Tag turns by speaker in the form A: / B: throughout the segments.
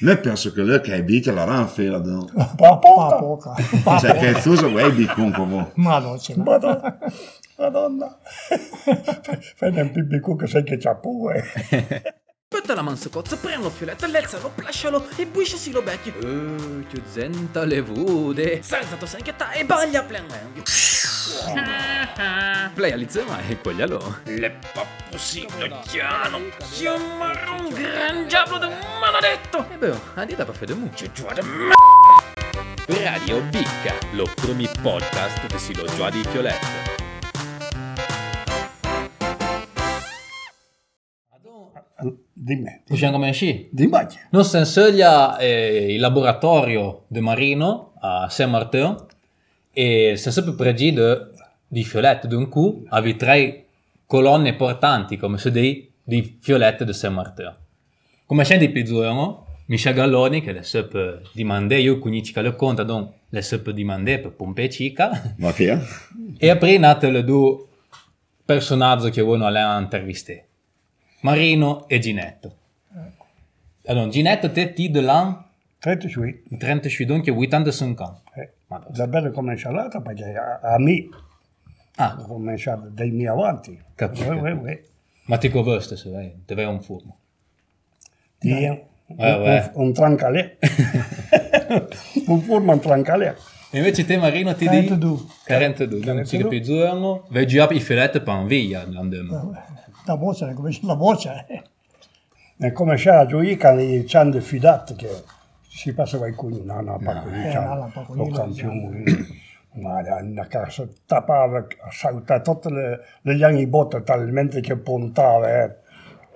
A: Noi penso che lui che è B te l'avranno fila no?
B: Pa poca. Pa
A: Cioè che
B: poca.
A: è chiuso è B comunque.
B: Madonna, ce l'ha.
C: Madonna. Madonna. Fai un pibbico che sai che c'ha pure.
D: Petta la mansocozza, prende fioletta, lezzalo, plascialo e buisce si lo becchi. Eh, più zenta le vude. Salzato senchetta e baglia plan Play alizema e quaglialo. Le pappusino chiano. Chiamaro un gran giablo de maledetto. E beh, andi da baffè de muccio, giù de m***a. Radio Bicca, lo primi podcast che si lo già di Fioletta.
C: Dimmi.
E: Possiamo cominciare?
C: Dimmi.
E: Noi siamo eh, il laboratorio di Marino a Saint-Martin e siamo sempre pregi di fiolette d'un cu, avevi tre colonne importanti come si dice di fiolette di Saint-Martin. Come c'è di Pizzuono, Michel Galloni che le seppe dimandare, io conosco che le conta, donc le seppe dimandare per pompe cica
A: Ma che?
E: e après nate le due personaggi che vogliono alle interviste, Marino e Ginetto. Allora, Ginetto te ti de l'an
C: 38.
E: 38 donc 85 ans.
C: Eh,
E: Madonna.
C: Da bello cominciata perché a, a me
E: Ah,
C: ho cominciato dai miei avanti.
E: Capito.
C: Eh, eh, eh.
E: ma ti coveste se vai, te vai un fumo.
C: Di- un,
E: eh.
C: un trancalè. un forma un trancalè.
E: E invece te Marino ti
B: 42.
E: di 42, donc si più giorno, vai già i filetti pan via l'andemma.
B: La voce, come dice la voce. eh.
C: E come c'era la Gioica, ci hanno fidato che si passava il cugno, no, no, poi
B: Eh, no, no,
C: c'era lo
B: poi quello
C: campione, ma la- la casa tappava, saltava tutte le, le anni botte talmente che puntava, eh.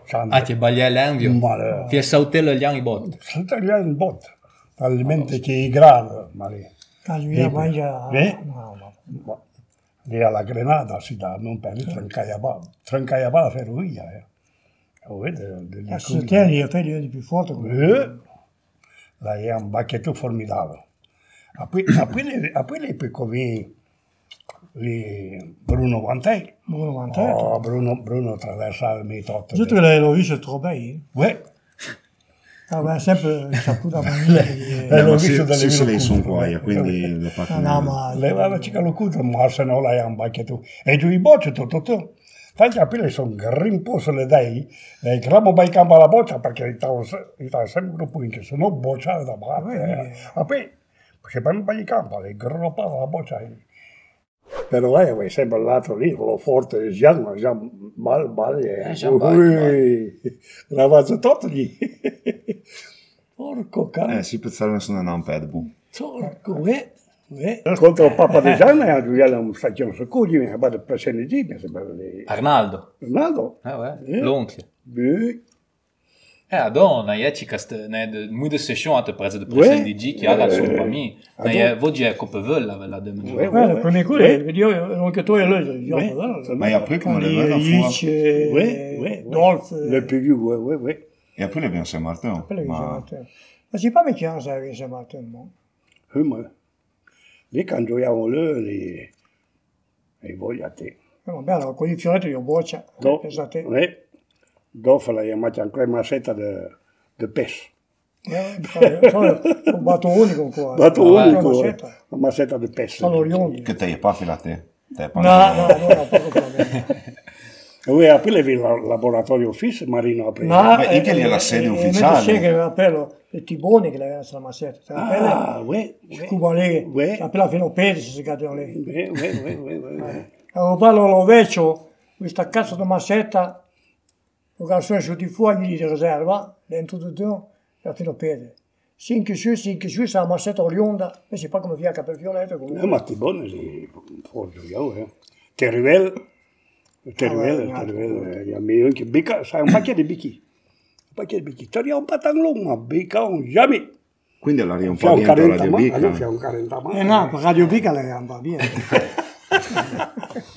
C: C'hanno-
E: Ah, ti baglia l'envio.
C: Ma-
E: Ti è sautello gli anni botte.
C: saltava gli anni botte,
B: Ah,
C: talmente che i grano, ma lì,
B: Caso io
C: Sì,
B: mangia...
C: eh?
B: No, no.
C: ma- lì alla Grenada si dà, non per trancaiava, trancaiava la ferrovia, eh. Lo vedi, degli
B: La
C: cugni.
B: società è felice di più forte. come-
C: Eh, lei è un bacchetto formidabile. A poi a poi le, a poi le piccoli, le Bruno Guantei.
B: Bruno Mantello.
C: Oh, Bruno, Bruno attraversava il mitotto.
B: Giusto che l'ho visto eh? troppo bene.
C: Uè,
B: Aveva Ah, sempre saputo mangiare.
C: Eh, l'ho
A: Ma si
C: visto dalle
A: si se
C: mie
A: lei sono
C: locure,
A: qua,
C: eh.
A: quindi lo
B: No,
A: faccio.
B: no, ma...
C: le aveva cica lo cuto, ma se no lei è un bacchetto. E giù i bocce tutto tu. Tanti appelli sono grimposo le dai, e cramo bai campo alla boccia perché stavo se- stavo sempre gruppo in che se no bocciava da parte. Eh. A poi, se poi mi bai campo, le groppava la boccia. eh. Però lei aveva sempre l'altro lì, quello forte, già, ma già eh. male, male.
D: già male,
C: Eravamo tutti lì. Porco cane.
A: Eh, si pezzare sono un pedbo.
C: Torco, eh? eh. Contro il Papa di Gianna e a Giuliano un sacchino su cugli, mi ha fatto pressione di mi sembra di
E: Arnaldo.
C: Ronaldo.
E: Ah, ouais.
C: Eh?
E: L'oncle.
C: Eh,
E: Eh, adò, na je cica st... na je de... Mui de session a te prese de presen di G che ha la sua pami. Na je, vogi è copevella, ve la
C: eh,
E: demandare.
B: Eh,
C: eh,
B: le premier coup,
C: eh,
B: io, anche tu e lui,
C: eh,
B: diciamo,
C: eh,
A: Ma e poi come le
B: eh,
A: vanno
B: Hitch,
A: fuori?
B: eh,
C: eh, eh,
B: Dolph, eh,
C: Le più, eh, eh, eh.
A: E poi le abbiamo San Martino.
B: quello che
A: Ma
B: chiamate. Ma si fa mai chiamare se avete chiamato il mondo?
C: Eh, ma Lì quando gioiamo lì, lì, e voglia te.
B: Vabbè, allora con i fioretti io boccia,
C: Do-
B: pensate.
C: eh, Dopo la chiamata ancora una setta di pesce.
B: Eh, sono un batto unico qua.
C: Dato
E: Ah, vai.
C: unico, eh,
B: Macetta.
C: una macetta di pesce.
E: Ah,
B: Sono oriundi.
A: che te è pa fila te. Te è pa
B: No, no, no, no, poco fa bene.
C: Lui ha appena Ah, il laboratorio fisso, Marino ha preso.
E: Ah,
B: Ma eh,
A: Beh, Italia è la sede ufficiale.
B: Invece che aveva appello, e Tiboni che l'aveva sulla massetta. Se l'appello
C: Ah, uè, uè.
B: Cuba lì,
C: Uè.
B: se l'appello fino a Pedici si cadeva lì.
C: Uè, uè, uè, uè, uè.
B: Allora parlo all'ovecchio, questa cazzo di massetta, lo garçone su di fuoco di riserva, dentro di tutto, e fino a Pedici. Si inchiusi, si inchiusi, sulla massetta oriunda, e si fa come via per Violetto.
C: Eh, ma ti buono lì, fuori io, eh. Terrivel,
B: Ah,
C: Terrivel,
B: guarda.
C: Terrivel, gli amici, anche é Bica, sai, um un pacchetto di bicchi. Un pacchetto di bicchi. Torniamo un patanglone, ma Bica um un jamais.
A: Quindi l'aria un
C: Fa
A: po'
C: un
A: dentro
C: 40
A: Radio
C: ma, allora fa
A: Bica.
C: un 40 ma.
B: Eh no, per Radio Bica la gamba, via.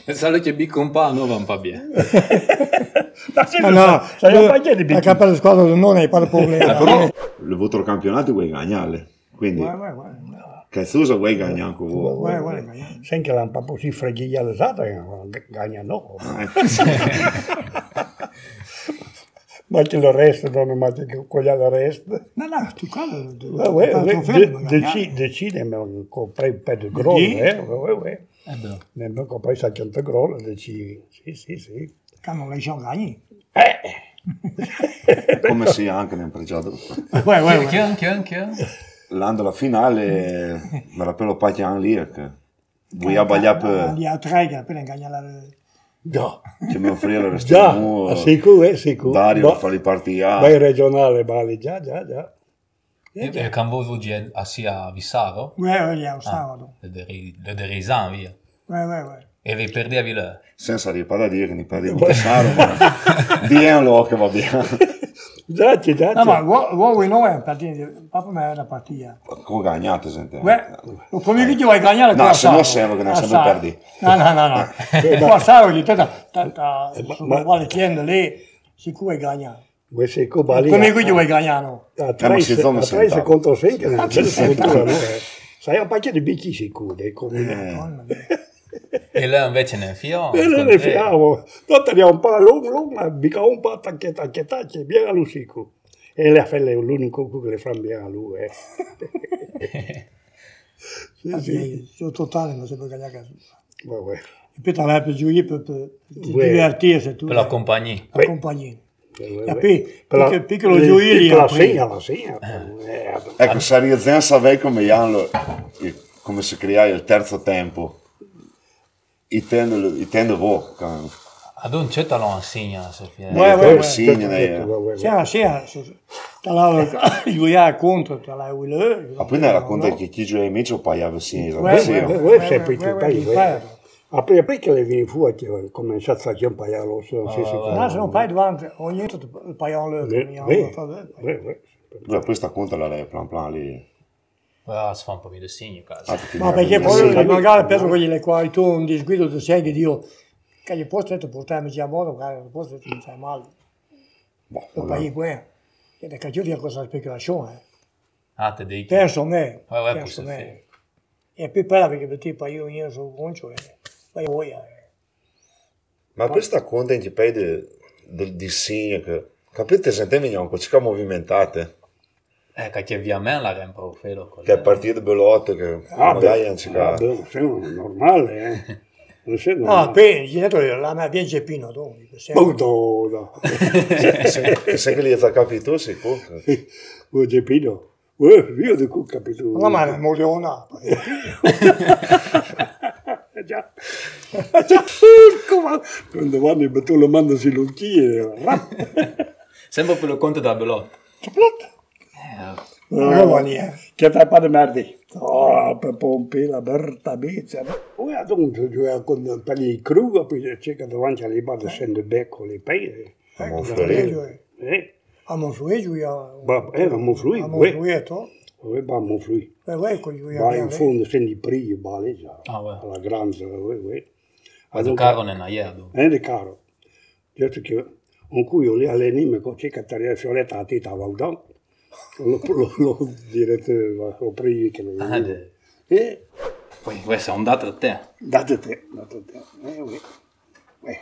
E: Pensavo che bicco un po', non va un po' bene.
C: Ma se
B: No,
C: non
B: Eh, no, cioè,
C: sa- sai, un pacchetto di
B: la
C: bicchi.
B: capa di squadra non hai il problema. Eh,
A: Le vostro campionato vuoi gagnare. Quindi cazzuso vuoi gagnare anche voi.
B: Guarda, guarda, guarda.
C: Sai che l'ha un po' così freghiglia l'esata, eh, gagna no.
A: Eh,
C: maak je de rest, dan maak je quella de rest.
B: No, no, tu quello...
C: Eh,
B: per
C: we-
B: il
C: we-
B: tuo film,
C: de-
B: magari.
C: deci- Decine, comprai un pezzo grosso,
B: Sì.
C: eh? we- we-
E: Eh beh.
C: Ne abbiamo comprato 60 grosso, decine. Sì, sì, sì. Eh,
B: Che non le sono gagni.
A: come si è anche nel pregiato.
B: Vai,
E: Eh,
B: vai, vai.
E: Chiun, chiun, chiun.
A: L'anno della finale, me la pelo paghi anche lì, che vuoi abbagliare
B: Gli altri che appena gagnano
C: Già,
A: che mi offrire il
C: già,
A: restaurante,
C: sicuro, eh, sicuro.
A: Oh, Dario
C: Ma-
A: per farli partire.
C: Vai regionale, Bali, già, già, già.
E: E e quand vous vouliez assis à Vissaro,
B: la... Eh, un sabato.
E: le deri- le dérisan, via.
B: Vai, vai, vai.
E: E vi perdevi là.
A: senza riparare a dire che ne perdi un pesaro, ma di è un luogo che va bene.
C: Già, già, già.
B: No, Eh, ma uo- uovo e noi è una partita, proprio me è una partita.
A: Come gagnate, senti.
B: Beh, lo primo video vai a gagnare
A: No, se no serve che ne siamo perdi. Eh,
B: No, no, no, no. Qua sarò di te, da- da- da- su
C: ma-
B: quale chiende lì, sicuro gagna.
C: Vuoi sicuro,
B: Il
C: Bali?
B: primo video vai a gagnare, no.
C: A
A: Eh, ma
C: 3
A: si sono sentati.
C: secondi secchi, non c'è
B: si sono
C: scultura, no? eh. Sai, un paio di bicchi sicuri,
A: Eh,
C: come...
B: Madonna mia.
E: E là invece nel fio.
C: E noi ne fiamo, noi teniamo un po' lungo, lungo, ma mica un po' tacche, tacche, tacche, viene a lui sicuro. E le affelle è l'unico cu che le fanno bene a lui, eh. sì, sì,
B: Sì, sono totale, non sembra gagnare caso.
C: vabbè.
B: E poi t'avai per giù lì per, per ti
C: Uè.
B: divertirsi tu.
E: Per la compagnia.
B: accompagni.
C: eh, vabbè.
B: poi,
C: Per la-
B: picche- piccolo
C: le-
B: gioielli,
C: piccola
B: apri.
C: segna, la segna. eh,
A: Ecco, se Riazen sapeva come Janlo, come si crea il terzo tempo, intendo intendo voi. come-
E: Ad un certo lo insegna, se fie.
B: Uè, uè,
A: poi
B: uè.
A: sì.
C: tutto,
A: segna, eh.
C: tutto, vabbè.
B: Sera, sera, t'avai gioiare contro, t'avai quello.
A: Ma poi ne racconta che chi gioia in mezzo pagava sì,
B: Uè,
A: sì.
B: uè,
C: Eh,
B: uè.
C: voi sempre
B: eh,
C: più
B: eh,
C: belli,
B: eh.
C: Apri, apri che le vieni fuori, che comincia a fare euh, un paio allo stesso, non si sicuro.
B: Là, se non fai davanti, ogni tanto il paion
C: Eh,
B: l'altro,
C: eh,
B: ogni tanto
C: eh, eh.
A: Beh, poi sta conta la lei, plan plan lì.
E: Ah, si fa un po' di segno,
A: Ah,
E: casa.
A: ti finiamo
B: Ma perché
A: di-
B: poi
A: sì.
C: capito.
B: magari penso che le qualità un disguido ti sei che Dio che gli posso detto portarmi già a modo, magari posso detto non sai male.
A: Boh,
B: Il
A: magari.
B: paese qua è da caggiù di questa speculazione. eh.
E: Ah, te dico.
B: Penso a me,
E: Ah, vai,
B: penso a
E: questo
B: me. E poi parla perché per te io io sono concio e vai eh. voglia.
A: Ma questa conta in pei di, di, di segno che capite sente mignonco, ci che movimentate.
E: Eh, che via me la rempro un felo. così.
A: Che a partire da Belotte che
C: Ah,
A: magari
C: beh,
A: non ci
C: ah,
A: cade.
C: beh, sì, normale, eh. Non sei
B: No,
C: normale.
B: poi gli detto la mia via Geppino, dunque.
C: Oh. Madonna,
A: Se se Eh, che li ha capito, sì, può.
C: oh, Geppino. Eh, io di cui capito.
B: Ma ma è moriona.
C: Eh, già. Ah, Porco, ma- Quando vanno in bettola mandano si lucchie.
E: Sempre per lo conto da Belotto.
B: Non va niente.
C: Che fai pane merdi? Oh, per pompi la berta bizza. Poi adunque gioia con per i cruga, poi cerca davanti alle bande scende becco le pelle.
A: A Monferrino.
B: Eh,
C: Eh,
B: A Monfrue giù
C: ma era un
B: a
C: e, flui,
B: Monfrue tu.
C: dove va un flui?
B: E vai con lui a
C: Vai in
B: Monfrue.
C: fondo, senti prio, vale già.
E: Ah, uè.
C: Alla grande, uè, uè.
E: Ad caro nella ierdo.
C: Eh, di caro. Detto che un cuio lì all'enimico c'è che tagliare fioretta a tita vaudò. Lo, lo, lo direttore, lo prio che lo
E: Ah,
C: veniva.
E: de-
C: E
E: Poi questo è un dato a te.
C: date te, date te. Eh, uè. Uè.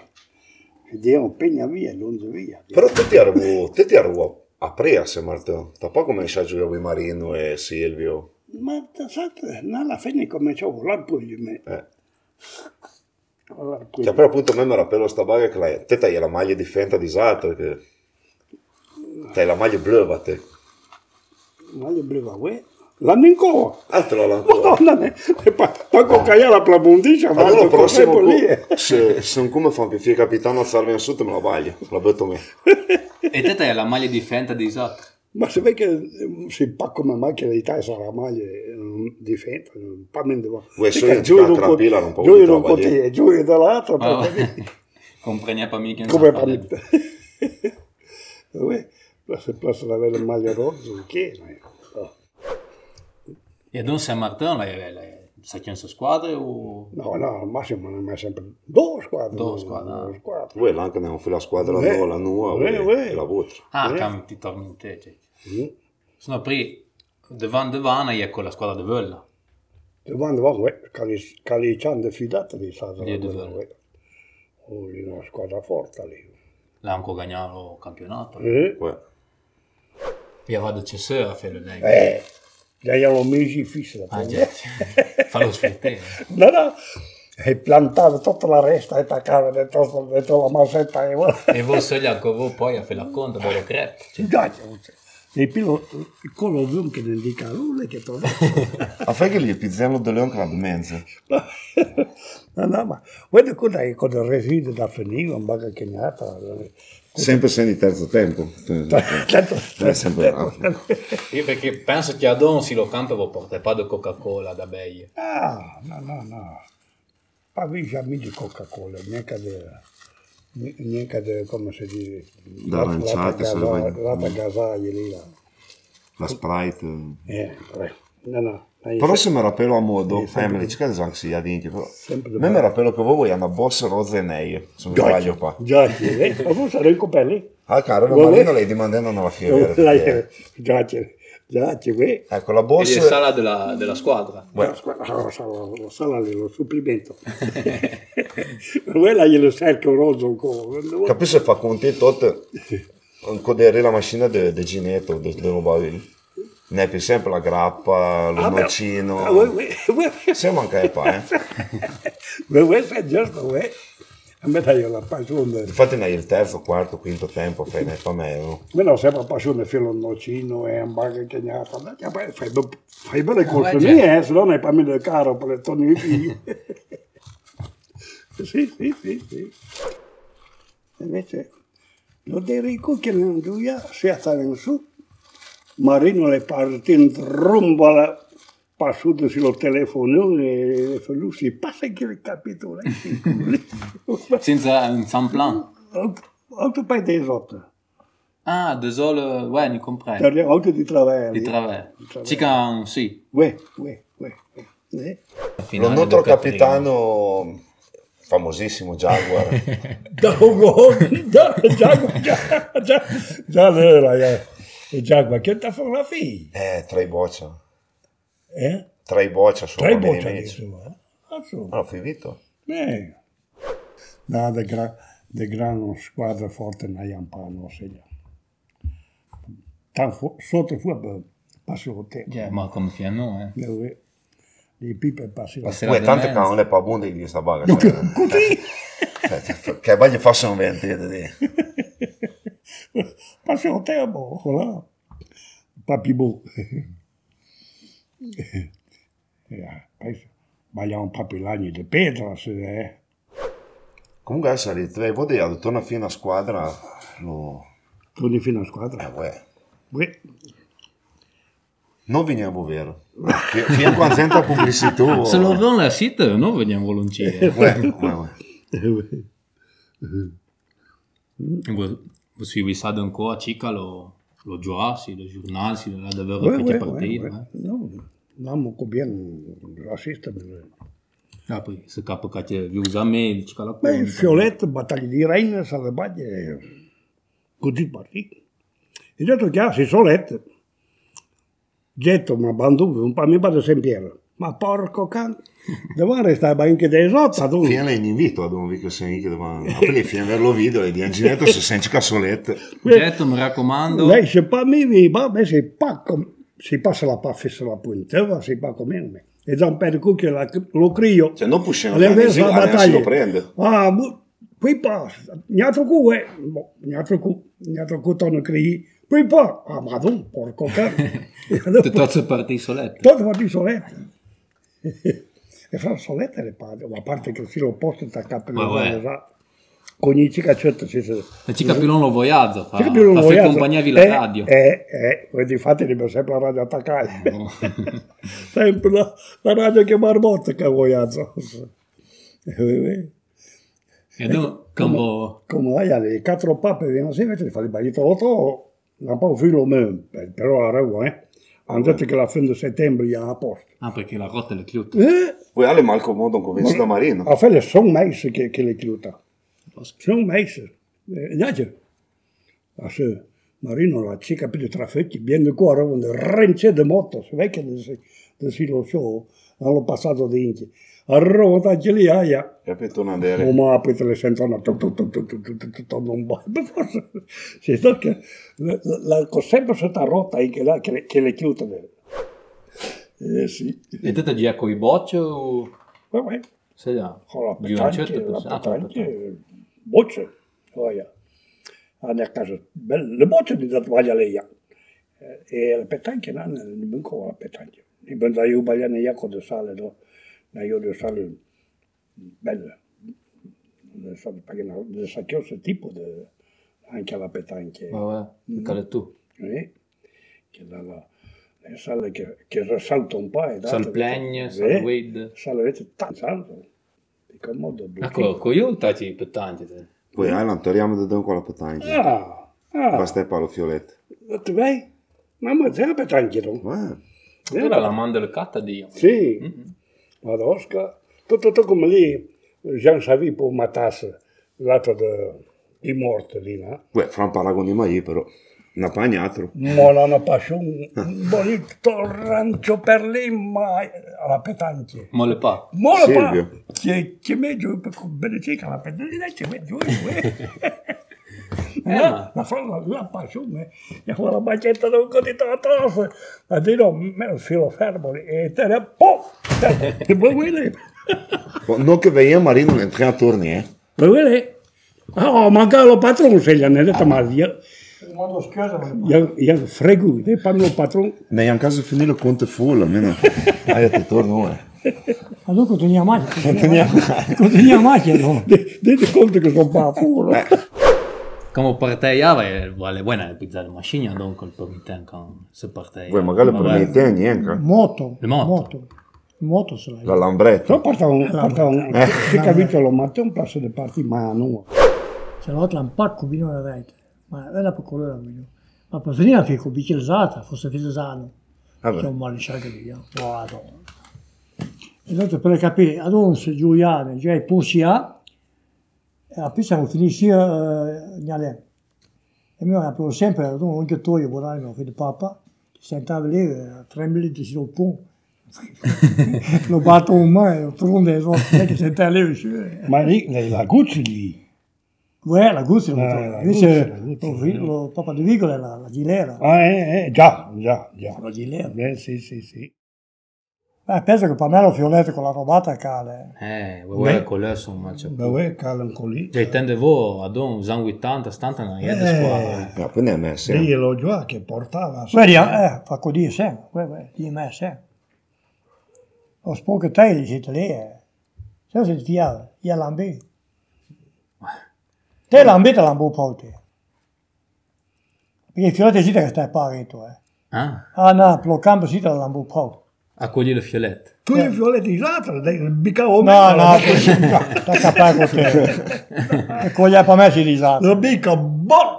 C: Vediamo, pegna via, lunge via.
A: Però tutti erano, tutti erano a Prea, se Martò. Da poco mi sa giocare con Marino e Silvio.
C: Ma sai, alla fine cominciò a volare pure di me.
A: Eh.
C: A volare pure
A: Cioè, però appunto a me mi rappello sta baga che la, te hai la maglia di Fenta di Sartre, che... Te hai la maglia blu, va te.
C: Ma gli obbligò, uè. L'hanno in coa.
A: Altro l'ha ancora.
C: Madonna, ne, ne pa, ma con Cagliara Plabondiccia, ma
A: Ma allora
C: lo
A: il prossimo
C: prossimo
A: cu-
C: lì. eh.
A: se, se un come fa un pifia capitano a salve in sotto me la baglia, la butto me.
E: E te hai la maglia di Fenta di Isaac.
C: Ma se vede che eh, si pa come mai che l'Italia sarà eh, maglie di fetta, non pa meno.
A: Uè, so io
C: Perché
A: ci
C: giù
A: cacca
C: non
A: la
C: co-
A: pila, non pa
C: giù
A: udito la
C: non
A: baglia.
C: potevi, giù e dall'altra,
E: Ah,
C: pa-
E: uè. Comprenia pa mica.
C: come pa Uè, ma se posso avere la maglia rossa, che?
E: E ad un San Martino la sa chi è in sua squadra o...
C: No, no, al massimo non è mai sempre due squadre.
E: Due
C: no,
E: squadre, ah.
C: Due squadre.
A: Uè, l'anca ne un filo a squadra,
C: Eh.
A: no, la nuova,
C: Eh,
A: uè,
C: uè.
A: e la vuota.
E: Ah,
C: Eh.
E: cam ti torni in te. cioè.
C: Mm.
E: Sono pri Devan Devan e con la squadra di Vella.
C: E quando va, uè, Cali- Caliciando fidato di Sasra.
E: Di dove?
C: Oh, Una squadra forte lì. Eh?
E: Là, encore gagnato au campionato.
A: Ouais.
E: Puis avant de Chesseur a fait le leg.
C: Eh, d'ailleurs, on mis fils là.
E: Ah, già. Fallo sfruttare.
C: No, no, e plantava tutta la resta e attaccava dentro, dentro la mazzetta e voilà.
E: E voi se gli anche voi poi a fare la conta, voi lo crepe.
C: Dai, e poi lo, con lo zoom che ne dica lui che torna.
A: A fai che lì il pizzello de Leon che la demenza.
C: no, no, ma guarda cosa è con il residuo da finire, un baga chignata.
A: Sempre sei di terzo tempo.
C: eh. Tanto,
A: Eh, sempre là.
E: Io perché penso che ad Onsi lo campo voi portate pas de Coca-Cola da Beie.
C: ah, no, no, no. Ma qui già mi di Coca-Cola, neanche di... Neanche di, come si dice...
A: Da aranciate, se Mm. le vai-
C: La tagasaglia lì, là.
A: La Sprite. eh.
C: Eh, vabbè. no, no. dai,
A: Però
C: se-
A: se mi rappello a modo,
C: Sì, sempre-
A: eh, me dice che anche si adinchi, però...
C: Sempre
A: Me mi
C: bello.
A: rappello che voi hanno boss rozze e nei, se non sbaglio qua.
C: Grazie, eh? ma voi sarei con belli?
A: Ah, caro, ma
C: Vabbè.
A: Marino lei dimandando alla fiera. perché-
C: Grazie, grazie, grazie, eh?
A: Ecco, la
E: E
A: boss...
E: è sala della, della squadra.
A: Beh.
C: Allora, sal- lo salale, lo supplimento. Quella glielo cerco rosso ancora. No,
A: Capisci, fa conti tot codere la macchina del de Ginetto, del de Lombardi. Ne hai sempre la grappa,
C: Ah, beh.
A: l'ononcino.
C: Ah, voi- voi- voi-
A: Siamo anche a pa, eh.
C: voi- voi fate giusto, eh? A me dai la euh, passione.
A: Infatti ne hai il terzo, quarto, quinto tempo, fai ne fa meno.
C: Me la sembra passione filo nocino e un bagno chignata. Ma che poi Fai, be- fai belle colpe
E: già.
C: mie, eh? Se no ne hai meno il caro per le tonne di figli. sì, sì, sì, sì. Invece, lo Derico che non duia, si attava in su. Marino le parte in tromba la passuto sullo telefono e lui si passa che le capitolo.
E: Senza un sans plan.
C: Auto paio di sotto,
E: Ah, desole, ouais, ne comprends.
C: torniamo auto di traverso.
E: Di travers. Cican, sì.
C: Uè, uè, uè. Eh?
A: Lo nostro capitano, famosissimo Jaguar,
C: Da Hugo, già, già, già, già, già, allora, eh. E già, che ti fa la figlia?
A: eh, tra i boccia.
C: Eh?
A: Tra i boccia sono
C: Tre
A: uomini
C: bocce di
A: nemici.
C: su, eh? Ah, su.
A: Allora, finito.
C: Eh. No, de, gra, de gran squadra forte non abbiamo pano, segna. Tan fu, sotto fu, eh, beh, passo il tempo.
E: Yeah, ma come fiano, eh.
C: Dove le pipe passano.
E: Passerà
A: Poi
E: di
A: tanto che
E: mezzo.
A: non le pa bunde di sta baga. Cioè, eh. Che voglio farsi un ventino di...
C: Passano il tempo, là. Papi bu. Eh, penso, Bagliamo papillagni di pietra, e se eh.
A: Comunque adesso ritreve, vuol dire, torna fino a squadra, lo...
C: Torni fino a
A: Eh,
C: squadra.
A: uè.
C: Uè.
A: Non veniamo vero. Fi- Fino a quando sento pubblicità...
E: Se lo vedono la site, noi veniamo volentieri.
A: Uè, uè, uè.
E: Voi voi si vi sa ancora, cica lo, lo gioca, sì, lo giornale, sì, la davvero
C: Uè,
E: petite
C: uè, uè,
E: partite.
C: uè.
E: eh.
C: No, andiamo con bien, assistere.
E: Ah, poi se capo che ti vi usa mail, cica la
C: Beh,
E: conta.
C: Fioletto, battaglia di Rennes, alle baglie, così partì. E detto che si solette, getto una banduva, un po' mi vado sempre pieno. Ma porco can, devo restare anche dei sotto, tu.
A: Fino in invito ad un vico segni che domani... Appena fino a verlo video e di Anginetto se senti cassolette.
E: Getto, mi raccomando.
C: Lei se pa mi vi, ma me si pa, com- si passa la pa fissa la punteva, si pa come me. E da un per cui che la- lo crio.
A: Cioè, non può scendere
C: Le
A: dalla
C: verso la
A: misura, neanche
C: battaglia.
A: lo prende.
C: Ah, bu- poi passa. Gnatro cu, eh. Boh, Gnatro cu. Gnatro cu torno crei. Poi pa. Ah, ma tu, porco cane.
E: Tutte le partite solette.
C: Tutto va di soletta. e fra soletta le padre, ma a parte che si lo posto attaccato
E: Ma vabbè.
C: con i cicacciotti si si
E: E cica più non lo voiazzo, fa,
C: Cica più non
E: Ah, fa
C: lo
E: fare
C: voiazzo.
E: compagnia via la
C: Eh,
E: radio.
C: Eh, eh, quindi infatti devo sempre la radio
E: Eh,
C: attaccare. eh. sempre la, la radio che marmotta che voiazzo. Eh, eh.
E: E noi, come...
C: Come vai, alle quattro pappe vengono sempre, ti fai il baglietto rotto, non può filo meno, però arrivo, eh. Hanno detto che la fine di settembre è a posto.
E: Ah, perché la rotta è le chiude.
C: Eh,
A: Poi alle malco modo convinto da Marino.
C: a fare sono meisjes che, che le chiuda. Sono meisjes. Eh, Dai, als Marino la chica per il trafetti, bien di cuore, un renze di moto, se vecchio, da si lo so, hanno passato dentro. Arrota geliaia.
A: Capito, Nandere?
C: Om maar op te sentoren. Sì, sta che la- la- la sempre stata rotta e che, la- che, le- che le chiudono. Eh sì.
E: Vedete di ecco i bocce o...
C: Vabbè,
E: Sei là.
C: con Oh, la
E: Di una certa
C: petante, la euh,
E: persona. Ah, con la
C: petante, bocce. Gioia. Hanno a casa belle- le bocce di tatuaglia lei. ha. Eh, E le petanche non non ancora la petanche. I benzai ubagliano io con le sale, no? Ma io le sale belle. Le sale, perché no, le sacchiose tipo de- hein, anche alla petanche.
E: Vabbè,
C: Mm.
E: perché tu.
C: Sì, che dalla, le sale che, che risalta un po'. e date-
E: Salplegne,
C: Sì,
E: salwade.
C: Sale avete tanto salto. In quel modo
E: Ecco, con io tati più tanti.
A: Poi Alan, torniamo da dentro con la petanca.
C: Ah, ah,
A: Basta e palo fioletto.
C: dat wij. Mamma, ze hebben het handje dan.
A: Ma
E: Era la mandelcata di...
C: Sì, ma da Oscar. Tutto, tutto come lì, Jean Savy può matasse, lato de, eh? di morte lì, no?
A: Uè, fra un paragone di mai, però. Una pagnatro.
C: Ma l'hanno passato un, un bonito rancio per lì, ma alla petante.
E: Mole pa.
C: Mola pa,
A: Silvio.
C: che, che meglio per benedica la pedalina, che meglio io.
E: ma-
C: La falla la passione, e con la bacchetta non codito a tosse, ma di no, me lo filo fermo lì, e te ne po, e vuoi vedere?
A: Ma Boh, Non che veniamo Marino nel tre attorni, eh?
C: Vuoi vedere? Oh, manca lo patrone, se gli hanno detto, ma io,
B: eh. Quando schiusa, ma
C: io, io frego, te parlo il patrone,
A: Ma in caso finire il conto full, almeno. Hai detto torno, eh.
B: tu continui a macchia. Continui a macchia, no?
C: dite conto che sono patrone.
E: Come eh, parteiava, e vale buona pizza di macchina, non col pomiten con se partei.
A: Poi magari per me te niente. eh.
B: Moto.
E: Il moto.
B: Moto. Il moto se l'hai.
A: La lambretta.
C: Però porta un, porta un, che capitolo, ma te un pezzo di parti, ma non.
B: Se la volta un pacco vino alla rete, ma è la piccola vino. Ma per finire anche con bicchiere usata, fosse filosano. C'è
A: Vabbè.
B: un maresciallo lì, vado. E tanto per capire, ad onse Giuliano, già ah? i punsi a, e la pizza non finisce eh, niente. E mi aprivo sempre, ad un ghiottoio, buonanno, non vedo papà, sentavo lì, eh, tremblì, si lo pun. lo batto un mano, pronde, so, che sentavo lì, uscire.
C: Ma lì, lei la Guzzi lì.
B: Uè, la guzzi non
C: Eh,
B: trova.
C: la
B: Invece,
C: Guzzi, la
B: lo,
C: Guzzi,
B: vi- lo Papa di Vigola è la, la gilera.
C: Ah, eh, eh, già, già, già.
B: La gilera.
C: Eh, sì, sì, sì.
B: Eh, penso che Pamelo Fioletto con la robata cale.
E: Eh, vuoi con lei sono macchia.
C: Dov'è Calanco lì?
E: Già intende voi, ad un usano 80, 70, non è di squadra.
A: Ma poi ne è messo,
C: Lì
A: eh.
C: lo già che portava.
B: Vedi, eh, fa così sempre, uè, uè, di me sempre. Lo spoke te gli siete lì, eh. Se si sviava, gli lambì. Te lambì te lambù pote. Perché il Fioletto siete che stai parito, eh.
E: Ah,
B: Ah no, lo campo siete lambù pote.
E: accogli le fiolette.
C: Tu gli violetti l'altro, mica uomo.
B: No, no, sta capendo con te. E con gli appamessi di Zara.
C: Non mica boh!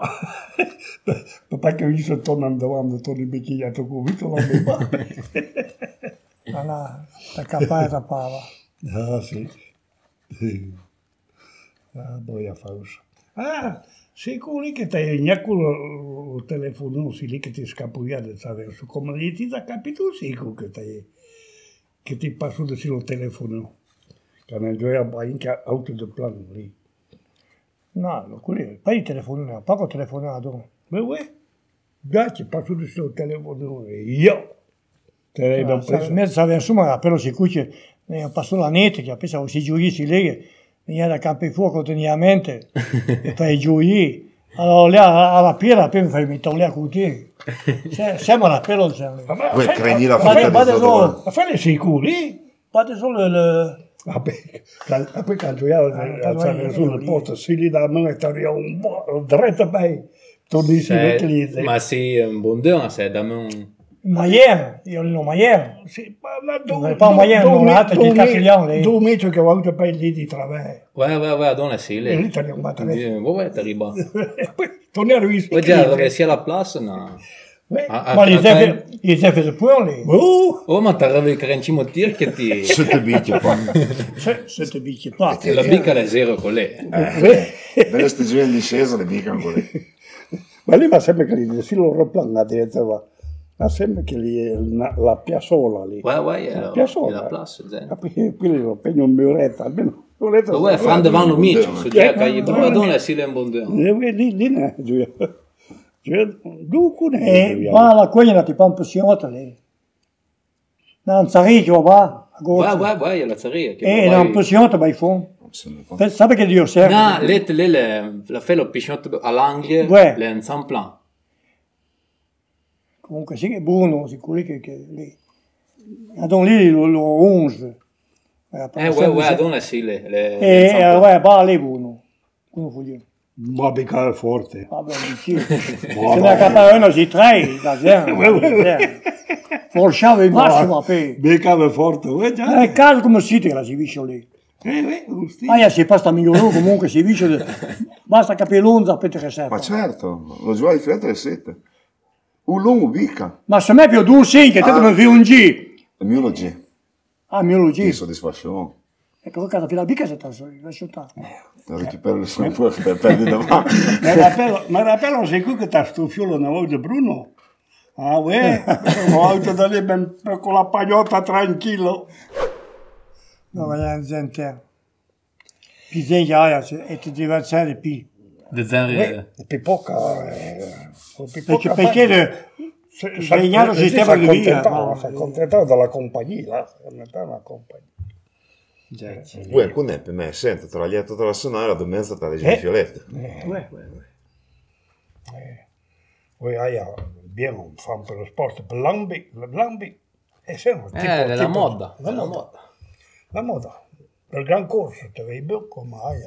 C: Perché io sono tornando quando torno in bicchierato con Vito
B: Allora, sta capendo tappava.
C: Ah, sì. Sì. Ah, boia Fausto. Ah, sicuri che te gnacco il telefono si lì che ti scappuia attraverso, come lì ti da capito sicuro che te che ti passo da il telefono. Che ne gioia anche auto del plano lì.
B: No, lo curioso. Poi il telefonino, poco telefonato.
C: Ma uè, già ti passo da il telefono e io eh, te l'hai
B: Ma
C: da
B: sa-
C: preso.
B: mezzo aveva insomma appena si cuce passò la nete che pensavo si giudici lì veniva da Campifuoco continuamente e fai giù lì allora lì alla, alla pira appena fai mettere lì a cutire Se- siamo alla pera non siamo lì
C: Ma
A: Uè, credi la
B: Ma
A: frutta
B: te-
A: di
B: ma te
A: Zodoro.
B: solo,
C: ma fai le sicuri?
B: fate solo il...
C: Vabbè, la- la- poi quando io
B: Ah,
C: attraverso il posto, si gli dà mano e torna un po' dritto bene, torni si
E: Se-
C: mette lì.
E: Cioè, ma sì, è un buon deo, se da me un...
B: il maiere io lì non maiere
C: Sì, ma la
B: Non è pas moyen, non l'ha detto, chi cazzo gli ha, lei?
C: Tu mi dici che ho avuto poi lì di travè,
E: Uè, uè, uè, donna sì,
C: e lì
E: lei.
C: torniamo a travè.
E: Eh, Uè, uè, ti arriva.
C: E poi torniamo Eh, a
E: Uè, già, perché sia la plaza, no. Ah, ah,
B: ma gli
E: ah,
B: zefe gli zefe si può lì
C: Oh,
E: Oh, ma ti arriva il carancimo tir che ti...
A: Sette bicchie, qua.
B: se, se ti dici qua
E: La bica è zero con lei.
C: Eh.
A: Belle stagione di discesa, le dicono con lì.
C: ma lì va sempre che lì, si lo roplana dietro, va. eh, Ma sembra che lì è una- la piazzola lì.
F: Ouais, ouais, il y
E: eh,
F: a,
C: Bien sûr,
F: il y a la
C: ouais.
F: place. tu sais.
C: Ah, puis- puis ils ont payé une murette, almeno un'oretta.
F: Ouais, fan devant
A: Eh,
F: le mythe. Je dirais qu'il y a
C: Eh,
F: trois dons, là, s'il est un bon dehors.
C: Eh oui, lì, lì ne Giulia. Cioè, dunque ne cioè,
B: E
C: Giulia.
B: bala quella ti pompa siota lì. Non sarigio va, a
F: Ouais,
B: goccia.
F: ouais, ouais, il y a la série.
B: E Eh, non possiamo mai fare. Pensate che Dio serve.
F: Non, l'est, l'est, la fait le pichon à l'angle,
B: Ouais.
F: l'ensemble plan.
B: Comunque sì, è buono, sicuro che, che lì. Adon lì lo, lo unge.
F: Eh, ouais, ouais, donc là, s'il est.
B: E eh, vabbè, va lì buono. Come fu dire?
C: Ma beccare forte.
B: Vabbè, sì. Se ne accappa uno si tre, da zero. Forciava il massimo a pe.
C: Beccava forte, eh già.
B: Nel caso come si te la si visce lì.
C: Eh, eh, giusti.
B: Ma se pasta migliorò comunque si visce. Basta capire l'onza per te che serve.
A: Ma certo, lo giù di filetto alle sette. Un lungo bica.
B: Ma se me più due sì, che te
A: Ah.
B: mi fai un G.
A: Il mio lo G.
B: Ah, mio lo
A: Che
B: G.
A: soddisfazione.
B: E però cazzo, che la bica se te la so- la so tanto.
A: Lo recupero le sue due per perdere davanti.
C: Mi rappello, mi rappello se qui che ti ha stuffiolo una volta Bruno. Ah, uè, ho auto da lì ben- con la pagliotta tranquillo.
B: No, ma la gente... Pi zegnaia, se- e ti diversare pi.
E: De Zenri.
C: Pipocca, eh,
B: Perché,
C: Pipocca Eh,
B: perché de- svegliare il sistema di via. no?
C: Si accontentava dalla compagnia, la compagnia.
A: Uè, con per me, sento tra gli altri tra sonare, a mezza tra le
C: Eh.
A: fiolette.
C: Poi hai abbiamo un fan per lo sport, Blambi, Blambi, e siamo tipo,
E: Eh, della
C: tipo-
E: moda.
C: La
E: della
C: moda, la moda. Per gran corso, te vedi bene come hai.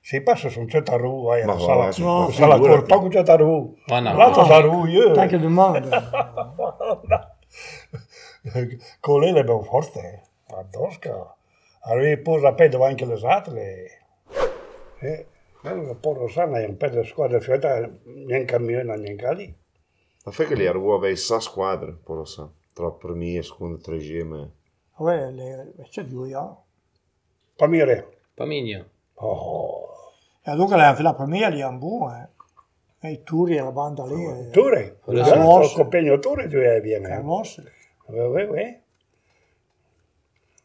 C: Se passa su un certo rua, hai
A: Ma
C: la
A: va,
C: sala,
A: sì,
C: la
A: ma
C: sala
A: figurati.
C: corta con certo rua.
E: Ma no.
C: L'altro da rua, io.
B: Anche domanda.
C: Con lei le abbiamo forte, la tosca. Arrivi poi a pedo anche le altre. Eh, bello, poi Rosana è un pezzo di squadra fiata, neanche a Miena, neanche a lì.
A: Ma fai che lì arrivava i sa squadre, poi lo sa. Tra primi e secondo tre gemme.
B: Vabbè, le- c'è di voi, ah.
C: Pamire.
E: Pamigno.
C: Oh,
B: E allora la la famiglia lì è un buon, eh. E i turi e la banda lì. eh.
C: Ture,
E: Quello
C: Già,
E: sì.
C: col compagno Ture tu hai bene.
B: Eh, lo so.
C: Eh, eh, eh.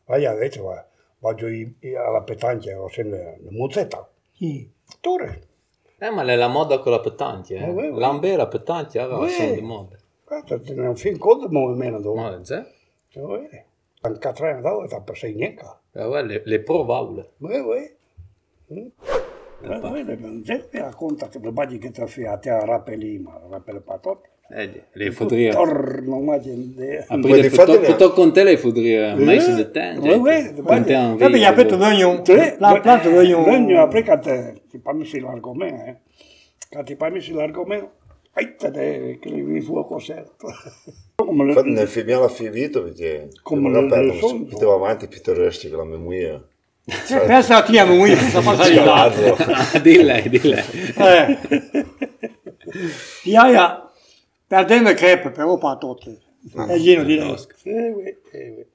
C: Vai invece, va, vado i- i- alla petancia, ho sempre la mozzetta.
B: Chi?
C: Ture,
E: Eh, ma è la moda con la petanti, eh.
C: Eh, oui, oui.
E: Lambè e la petanti, aveva
C: Oui.
E: sono di moda.
C: guarda, ah, te ne un fin conto, ma almeno dove.
E: Ma zè?
C: Eh, Un catrano d'ora, ti per sei niente.
E: Eh, ouais, le, le provaule.
C: Eh, eh. Mm. Eh, eh, le manzette racconta che le bagni che ti fiate a rappelli, ma rappelli patate.
E: Eh, le- le foudrières.
C: Torno, ma gente.
F: Après, il
A: di
F: est
A: fatto ne-
F: plutôt compté, là, il faudrait. Mais c'est de
C: Ouais, ouais,
F: temps.
C: de
F: Compté en
B: Vabbè, gli ha
E: eh.
B: aperto Vognon. La planta Vognon.
C: Vogno, apri che te- eh, ti pammissi l'argomento, eh. Che ti pammissi l'argomento, e te ne- che li vi fu cosetto. Come
A: Infatti nel
C: le...
A: film alla fine vinto perché
C: Come
A: magari
C: non
A: perdono,
C: lo so.
A: si poteva avanti più resti che la memoria.
B: Pensa a ti, a lui, questa passa di là.
E: Ah, di lei, di lei.
B: Eh. Iaia, perdendo le crepe, però patotte.
C: Ah.
B: È gino di lei.
C: Eh, uè, eh,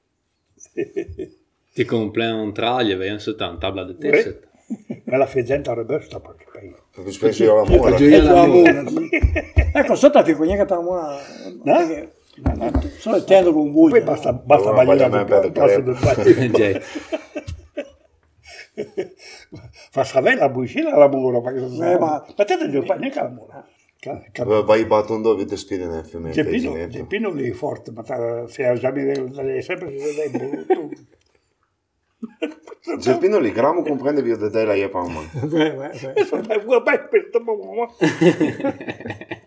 C: uè.
E: Ti compri un traglio, vai in soltanto tavola di tesset.
C: Ma la figenta robusta, perché poi...
A: Perché spesso io la muoio.
E: Gioia la moda.
B: Ecco, sotto ti cognaca ta una...
C: Eh?
B: Sono il tendo con voi.
C: Poi basta, basta
A: Allora,
C: bagliare
A: bagna
C: un
A: me per
C: po', basta
A: crepa.
C: bagliare.
E: Già.
C: Fa sapere la bucina alla mura, perché non
B: Eh, ma-
C: Ma te ne gioca neanche alla mura. Ca- ca-
A: Vai battuto dove ti sfide nel film.
C: Geppino, Geppino lì è forte, ma ta- se ha già mi sempre se ne dai brutto.
A: Geppino lì, gramo comprende via da te la Iepama.
B: Eh, eh, eh.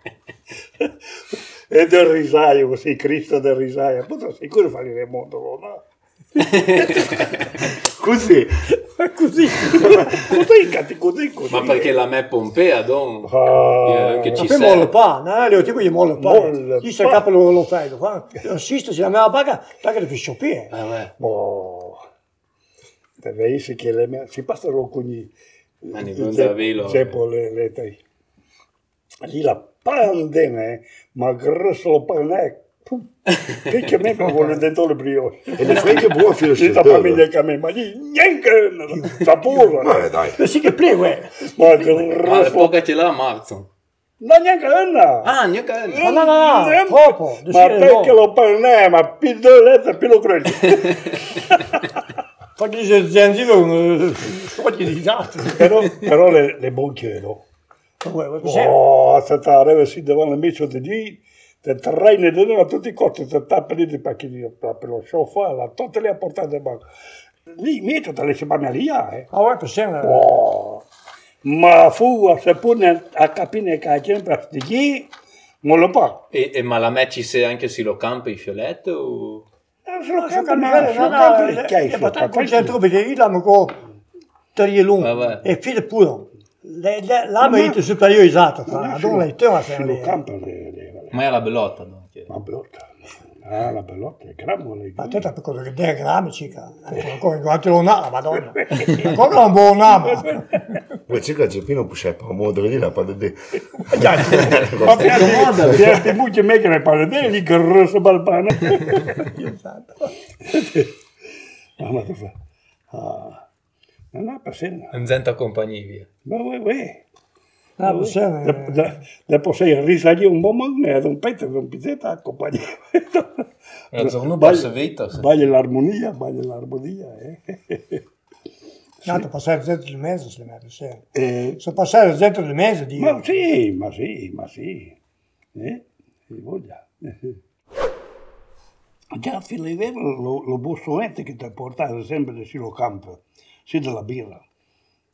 C: E del risaio, così, Cristo del risaio. Puto, sicuro fallire mondo, no?
A: Così.
C: Così, così, cazzo, così, così.
F: Ma perché la me pompea, donc?
C: Ah,
F: Che ci
B: Poi molla il
F: serve.
B: pane, eh, le tipo gli molla il pane.
C: Molla
B: Gli
C: il
B: si
C: pane.
B: capo lo lo fai, lo fa. Assiste, si la mia paga, dai che le fiscio pie.
F: Ah, ouais.
C: boh. Te veissi che le mie... Si passano con gli...
F: Ma ne gonza velo. eh.
C: Zeppo le, le tre. Lì la pandemia, eh, ma grosso lo eh, pane. Perché me vuole dentro le brioche.
A: E le fai che buon filo
C: Sì, la famiglia che mi ma lì niente, sapore.
A: Vabbè Eh, dai.
B: Sì che prego, eh.
C: Ma
F: Ma le
C: grosso,
F: poca ce l'ha a marzo.
C: Non, neanche una.
F: Ah, neanche quello.
B: Ma no, no, no, troppo.
C: Eh, Ma
B: Decine no.
C: perché lo parla, ma pidoletta, pidoletta.
B: Infatti se zenzino eh, sciogli di gatto.
C: però, però le, le buonchiedo. Oh, aspettare, se si devono amici di lì, te traino di noi a tutti i costi, te tappano di pacchini, per lo scioffa, la tutte le ha portate in banco. Lì, mi tutte le settimane lì, eh.
B: Ah ouais, perché no?
C: Oh, ma fu, seppur ne- a capire che c'è sempre di chi, non lo fa.
F: E, e ma la match se anche se lo campa il fioletto o...
C: Eh, Se lo
B: Sono
C: campa, ma
B: cambiato,
C: se
B: no,
C: lo
B: eh, no,
C: campa,
B: le-
C: che è
B: le
C: sciocca,
B: battaglie
C: quel
B: con centro, perché il hanno con taglié long.
F: Vabbè.
B: Et puis le poudre. Le- le- L'arbre était supérieurisato, fra. Donc la terre a fait
C: Se lo campa, le- le- le-
E: Ma è la bellotta. dunque.
C: la bellotta. Ah, la bellotta, è gramo, le-
B: Ma te per cosa che dei grammi, cica. Ancora quanto lo na, madonna. Ancora un buon nome.
A: Beh, circa il Geppino pusce pa modre lì la padre
C: Ma fidati, certi bucci me che ne parli te, lì grosso balbano. Ma ma tu fa? Ah, non ha passione.
E: Non sento compagnia via.
C: Ma vuoi, vuoi?
B: Ah, ma se
C: Dopo- da- Dopo sei risalì un buon momento, ad un pezzo, ad un pizzetto, accompagni.
E: Il giorno
C: Sbaglio-
E: passa vita. se-
C: Sbaglia l'armonia, sbaglia l'armonia, eh.
B: tanto passare il centro del mezzo, se ne se.
C: Eh,
B: é. Se passare il centro del mezzo,
C: Ma
B: dico.
C: sì, ma sì, ma sì. Eh? Hai voglia. Eh, sì. Già a fine vero lo, lo bussoletto che ti portava sempre sullo campo, sì della birra.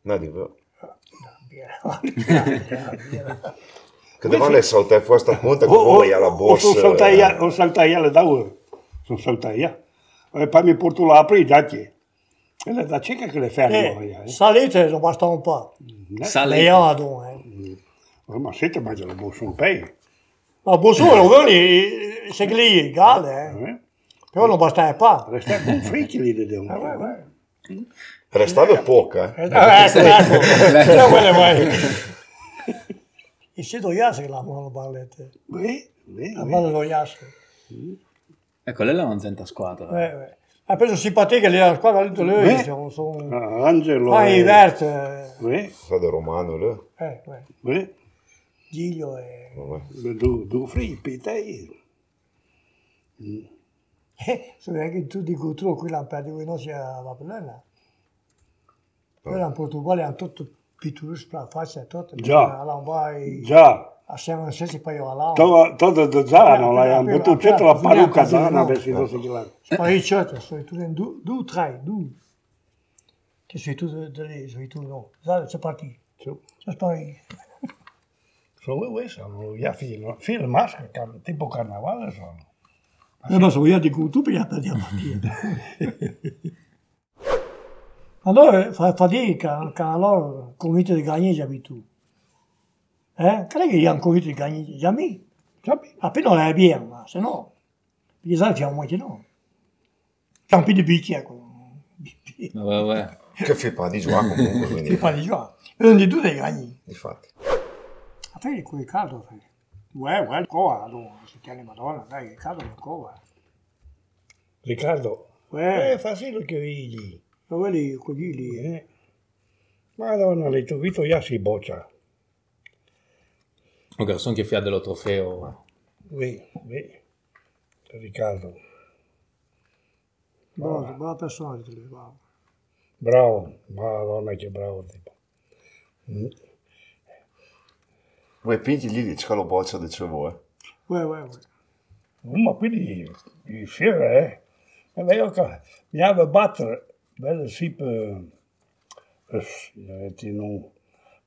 A: No, di vero. Che domanda è saltare fuori sta conta che voi alla eh. borsa.
C: sono saltaia, o saltaia le daure, sono saltaia. E poi mi porto la apri, già che. E le da cieca che le fermo.
B: Eh,
C: eh.
B: salite, non basta un po'.
E: Sale.
B: Leiado, eh.
C: Oh, Ma siete mangia la borsa un pezzo.
B: Ma bussone, quelli, se gli, gale, eh.
C: Eh?
B: Però non basta un po'.
C: Resta con fritti lì eh. devo.
A: Restava poca, eh.
B: Ah, ecco, ecco. Non quelle vai. E se do jasse che la mano ballette.
C: Beh, beh,
B: La mano do jasse.
E: Ecco, lei è una zenta squadra.
B: Eh, eh. Ha preso simpatia lì alla squadra lì lui,
C: Beh.
B: sono sono.
C: Ah, Angelo.
B: Ah, i
C: eh,
B: Vert, eh,
C: Beh,
A: Stato romano lì.
B: eh, eh,
C: beh,
B: Giglio e
A: Vabbè.
C: du, du frippi, te.
B: eh, sono anche tutti i controlli qui l'hanno perduto con i nostri a Vapellana. Poi l'hanno Portogallo hanno tutto pittoresco per la faccia tutto.
C: Già.
B: Allora vai
C: Già,
B: a San Sessi poi io là.
C: to, to da, da zano,
B: Appena,
C: la hanno
B: appena,
C: buttato certo la
B: appena,
C: parrucca
B: appena,
C: zana,
B: no.
C: vestito si chiama.
B: Sparecciato, sono tutti in due, due, tre, due. Che sei tu, sei tu, no. Zara, c'è partito. C'è sparito.
C: Solo questo, sono gli affili, filo maschera, car- tipo carnavale sono.
B: Eh, ma sono io di cui tu per la partita. allora fa fatica, che allora il comitato di Gagné già vi tu. Eh? Credo che io un comitato di Gagné già mi.
C: Sappi?
B: Appena la abbiamo, ma se no. Perché sai, c'è un motivo no. C'è un ecco, po' di bicchiere. Ci
E: Vabbè, vabbè.
A: Che fipa di giocare comunque, quindi.
B: fa di già. E non di tu dei Gagné.
A: Difatti.
B: Ma fai quel caldo, fai. Uè, uè, il coa, allora, si chiama Madonna, dai, che caldo il coa.
C: Riccardo. eh,
B: Uè,
C: fa sì lo che vedi.
B: ma quelli, quelli lì, eh.
C: Madonna, lì tu Vito già si boccia.
E: Un garçon che fia dello trofeo.
C: Vedi, vedi. Riccardo.
B: Buona, buona persona, ti dico, bravo.
C: Bravo, madonna che bravo tipo.
A: Voi pinti lì, c'è lo boccia di c'è voi.
B: Uè, uè, uè.
C: Oh, ma quindi i fier, eh? En wij ook al. Mi hebben batter, wel een siepe. Dus, je weet die nou,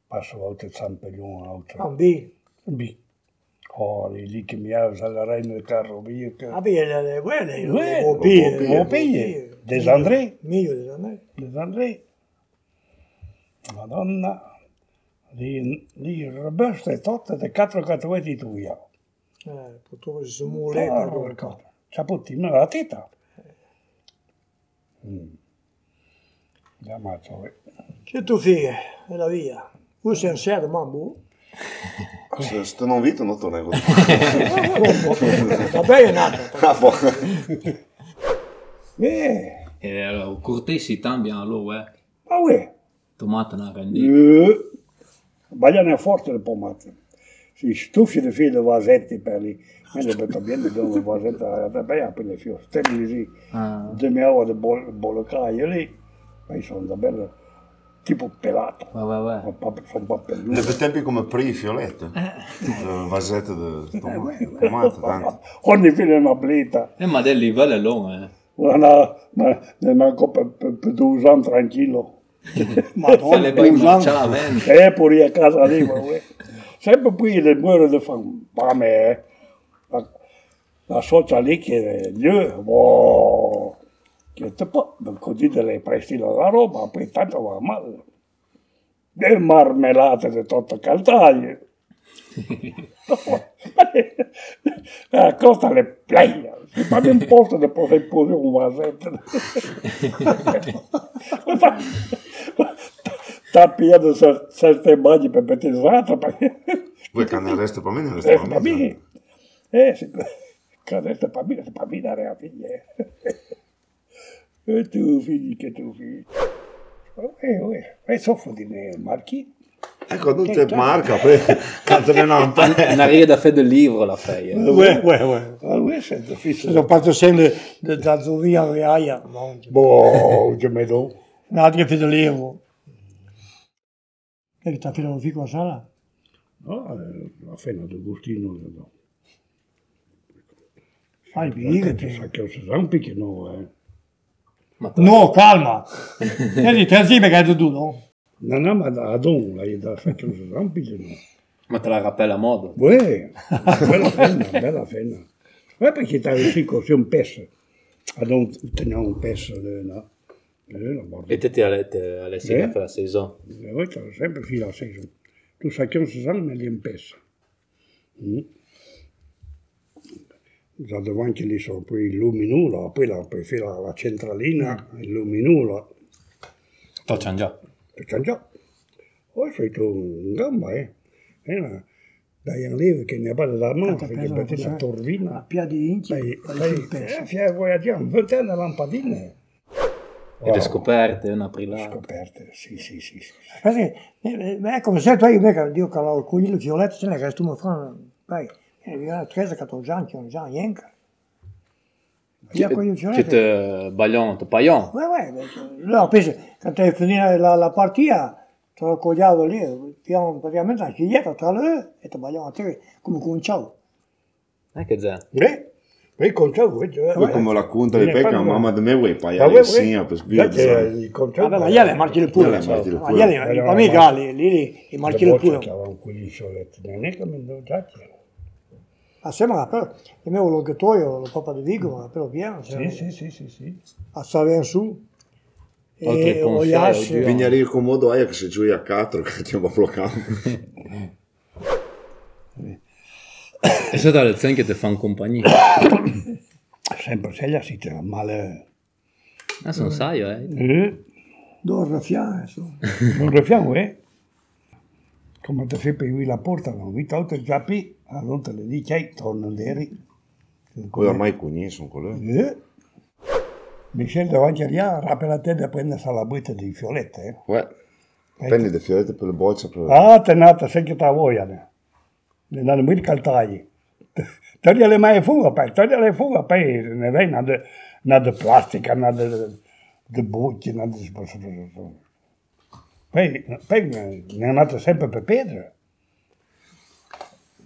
C: pas wel uit het Sampeljon auto.
B: Bambi,
C: Bi. Oh, die lieke mi hebben ze alle rijden met elkaar op hier.
B: abbi, le quelle,
C: Uè,
A: Bobby.
B: Bobbi,
C: Hoe ben je? Des André,
B: meglio di me.
C: des André. Madonna. Die, die robuste tot de quattro catuetti tuia.
B: Eh, purtroppo si sono ecco. mule,
C: ah, Porca. Ciapottino la teta. Mm. Già mazzo, eh.
B: Che tu fighe, e la via. Tu sei un sero, mambo.
A: Se, se non vito non torno con
B: Vabbè, è nato.
A: Ah, boh.
C: Eh,
E: E allora, o cortesi cambiano lo, eh.
C: ma uè, Mm.
E: Tomata una rendita.
C: eh, bagliano forte le pomate. Si stufje de file was het in Perli. En dat bent bien de domme was het. Daar ben je op in de fjord. Stel je zie.
E: Ah,
C: De miauwen, de bol- bolle kraaien lì. Ma io sono da bella. Tipo pelato.
G: Uè, uè, uè.
C: Sono pap- sono pappelluto.
A: Ne pretempi come pri fioletto, eh. vasetto de tomato, tomato tanto.
C: Ogni fine è una blita.
G: Eh, ma del livello è lungo, eh.
C: Una, una, una coppa per, per due usare tranquillo.
G: Fai le poi marciava, eh.
C: E pure a casa lì, ma uè. sempre qui le muore di fame, eh. la, la socia lì che gli wow, che te po- così te le presti la roba, poi tanto va male. Le marmellate di tutto caldaie. la Eh, costa le playa, si fa un posto di poter pure un vasetto. Tapia de certe mani per battezzata, perché...
A: Voi canne il resto per me, cioè. ne resto
C: Eh,
A: per me.
C: bambini. Eh, sì. Cosa è bambina? Bambina era figlia. E tu figli che tu figli. Eh, eh, e soffro di me, Marchi.
A: Ecco, non c'è marca, canto le
E: È eh. una riga da fede del libro la feia.
B: Eh.
H: Ouais, ouais, ouais.
C: Ah, lui sento fisso.
H: Sono fatto sempre
B: Da, da Zovia alle Aia, no,
C: Boh, che me do.
B: un altro che levo. E che ti ha filato fico a sala?
C: No, eh, la fena di Agostino né, le do.
B: Fai il
C: Perché Sa che si sa un picchino, eh.
B: No, calma. tá assim, Vedi, te sì, perché hai detto tu, no?
C: No, no, ma da Adon, la da um sa che si sa un picchino.
E: Ma te la rappella a modo.
C: Uè, bella fena, bella fena. Uè, perché ti avessi così un pezzo. Adon teniamo un pezzo, eh, no. Eh, la morte.
E: E te ti alessi
C: Eh?
E: la fra saison.
C: Le volte ho sempre fino a sei Tu sai che non si sa me li impessa. Mm? Da davanti lì sono poi il luminula, poi la, poi fino alla centralina, il luminula.
G: Toccian già.
C: E c'è già. Poi sei tu in gamba, eh. E una, dai un leve che ne parla da mano, perché metti una
B: A
C: torvina.
B: Pia
E: é
B: di Inci,
C: Dai,
B: fai
E: um
C: dai,
B: il pezzo.
C: eh, fia, vuoi dire, un ventenne le lampadine.
E: E le scoperte, una prilata.
C: Scoperte, sì, sì, sì. sì.
B: Perché, eh, eh, ma ecco, se tu hai beccato, io che ho cogliuto il violetto, se ne che tu mi fai, vai, eh, io ho 13, 14 anni, 15 anni, niente. Io ho cogliuto il
E: Che
B: violetto.
E: te
I: euh,
E: baglion, te paion.
B: Uè, uè, Pues no, pues, penso, quando è finita la, la partita, te lo cogliavo lì, abbiamo praticamente una sceglietta tra loro e ti bagliamo a te come conciavo.
I: hein,
E: Eh che zè.
C: Eh, poi con ciò vuoi dire,
A: Poi
C: eh.
A: come la conta di
C: Eh,
A: pecca,
C: parlo-
A: mamma di me vuoi
C: Ma
A: pagare
C: voi,
A: il segno per
C: voi, date
A: sbirro.
C: il contratto.
B: Vabbè, ma ieri è martire pure,
A: Ieri è martire
B: ma
A: pure.
B: ieri
C: Allora,
B: ma mica
C: ma-
B: lì, lì, lì, è
C: Le
B: martire
C: volte
B: pure.
C: c'avevano quelli soletti, non è che mi hanno dato.
B: Ma sembra però, io avevo l'occhiatoio, la Papa di Vigo, ma però piano,
C: Sì,
B: se-
C: sì, sì, sì, sì.
B: a Saven su,
E: Oltre
B: e
E: con
B: o gli
E: Saio,
B: assi,
E: Dio.
A: Pignare il comodo aia che se giù a 4 che ti va bloccato.
G: È stata la lezione che ti fa in compagnia.
E: Ah,
C: Sempre se gli si trova male.
G: Ah, sono saio, eh.
C: Eh,
B: d'orra fianco, su.
C: non raffiamo, eh? Come ti fai per lui la porta, non vi tolto zappi, allora te le dici, ehi, torna lì.
A: Poi ormai cugni sono quello.
C: Eh? Michel davanti a Ria, rappa la tenda e prende la buita di fiolette, eh?
A: Uè, prendi le fiorette per le bocce. Per...
C: Ah, tenata, sei che ta voglia. Ne Ne danno mille caltagli. Togli le mani fuga, poi, togli le fuga, poi ne vedi una de, una de plastica, una de, de bucci, una de... Poi, poi ne ne andate sempre per pietra.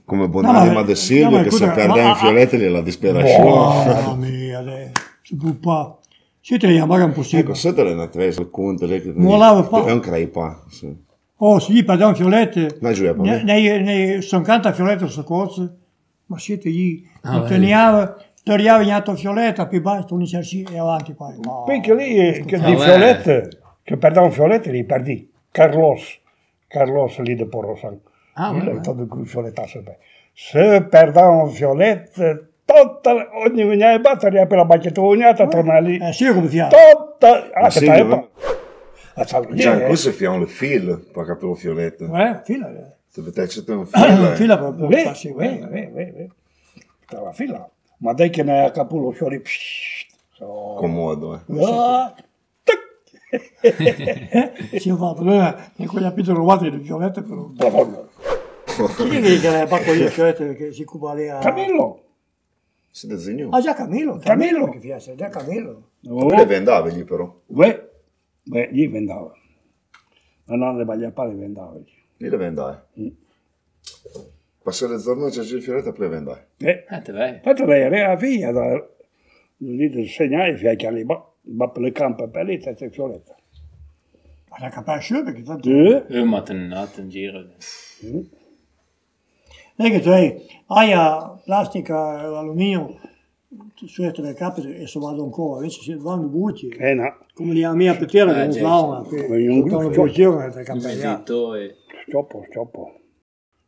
A: Come
B: No,
A: Bonanima
B: ma-
A: de Silvio
B: no, ma
A: che se
B: scusa,
A: perde
B: ma- Boh.
A: in fiorette gliela disperazione.
B: Mamma mia, dai, si può pa. Se te pues, ne chiamare un po'
A: Ecco,
B: secco.
A: se te le una tre, se conto lei che...
B: Molava pa.
A: È un craipa, sì.
B: Oh, si gli un fiolette,
A: La giù è per
B: ne,
A: me.
B: ne, ne sono canta fiolette su cozze, ma siete lì, non teniamo, storiamo in alto fioletta, più basta, un incercino e avanti poi. Ma-
C: Poi che lì, eh, che di
G: vabbè.
C: fiolette, che perdono fiolette, li perdi. Carlos, Carlos lì di Porrosan.
G: Ah,
C: Lui
G: vabbè.
C: l'ha dato con fioletta sempre. Se perdono fiolette, tutta, ogni vigna e batta, Ria per la bacchetta ognata, torna lì.
B: Eh, sì, come fiamma.
C: Tutta... Ah,
A: sì,
C: che t'hai
A: ma-
C: pa- Ah, c'ha-
A: Già,
C: eh,
A: questo è un fil, per capire le fiorette.
B: Eh, fila, eh.
A: Se vedete c'è un fil...
B: fila per-
C: Vedi,
B: per farsi,
C: vedi,
B: eh.
C: vedi, vedi, vedi. C'ha la fila. Ma dai che ne ha capullo fiori. pssst. So-
A: Comodo, eh.
C: Ah,
B: Sì, ho fatto, eh, in quegli capitoli rubati di violette, però.
C: Madonna.
B: Chi è che ha fatto io certo che si occupa di...
J: Camillo,
A: Si desenhou.
B: Ah, già Camillo.
J: Camillo.
B: Che piace, già Camillo.
A: Ele vendava lì però.
C: Beh, beh, Eh, gli vendava. Ma non le bagliapà le vendava.
A: Lì vendava. Passare il giorno c'è il fioretto per vendare.
C: Eh,
I: Ah, te vai.
C: infatti lei era la figlia da, lì del segnale, fino a che arrivò, va per boh, le campe per lì, testa e fioretta.
B: Ma la capisce perché tanto...
C: Eh,
I: Eh, ma te ne andate in giro.
B: Non è che tu hai aia, plastica, eh, alluminio, certo le capite e se vado ancora, invece si vanno butti.
C: eh no,
B: Come la mia petiera che non
I: già,
B: usavano,
C: Come in un
B: che sono
C: gruppo.
B: più giovane da
I: Hai
B: campagnare.
I: detto, eh,
C: stoppo, stoppo.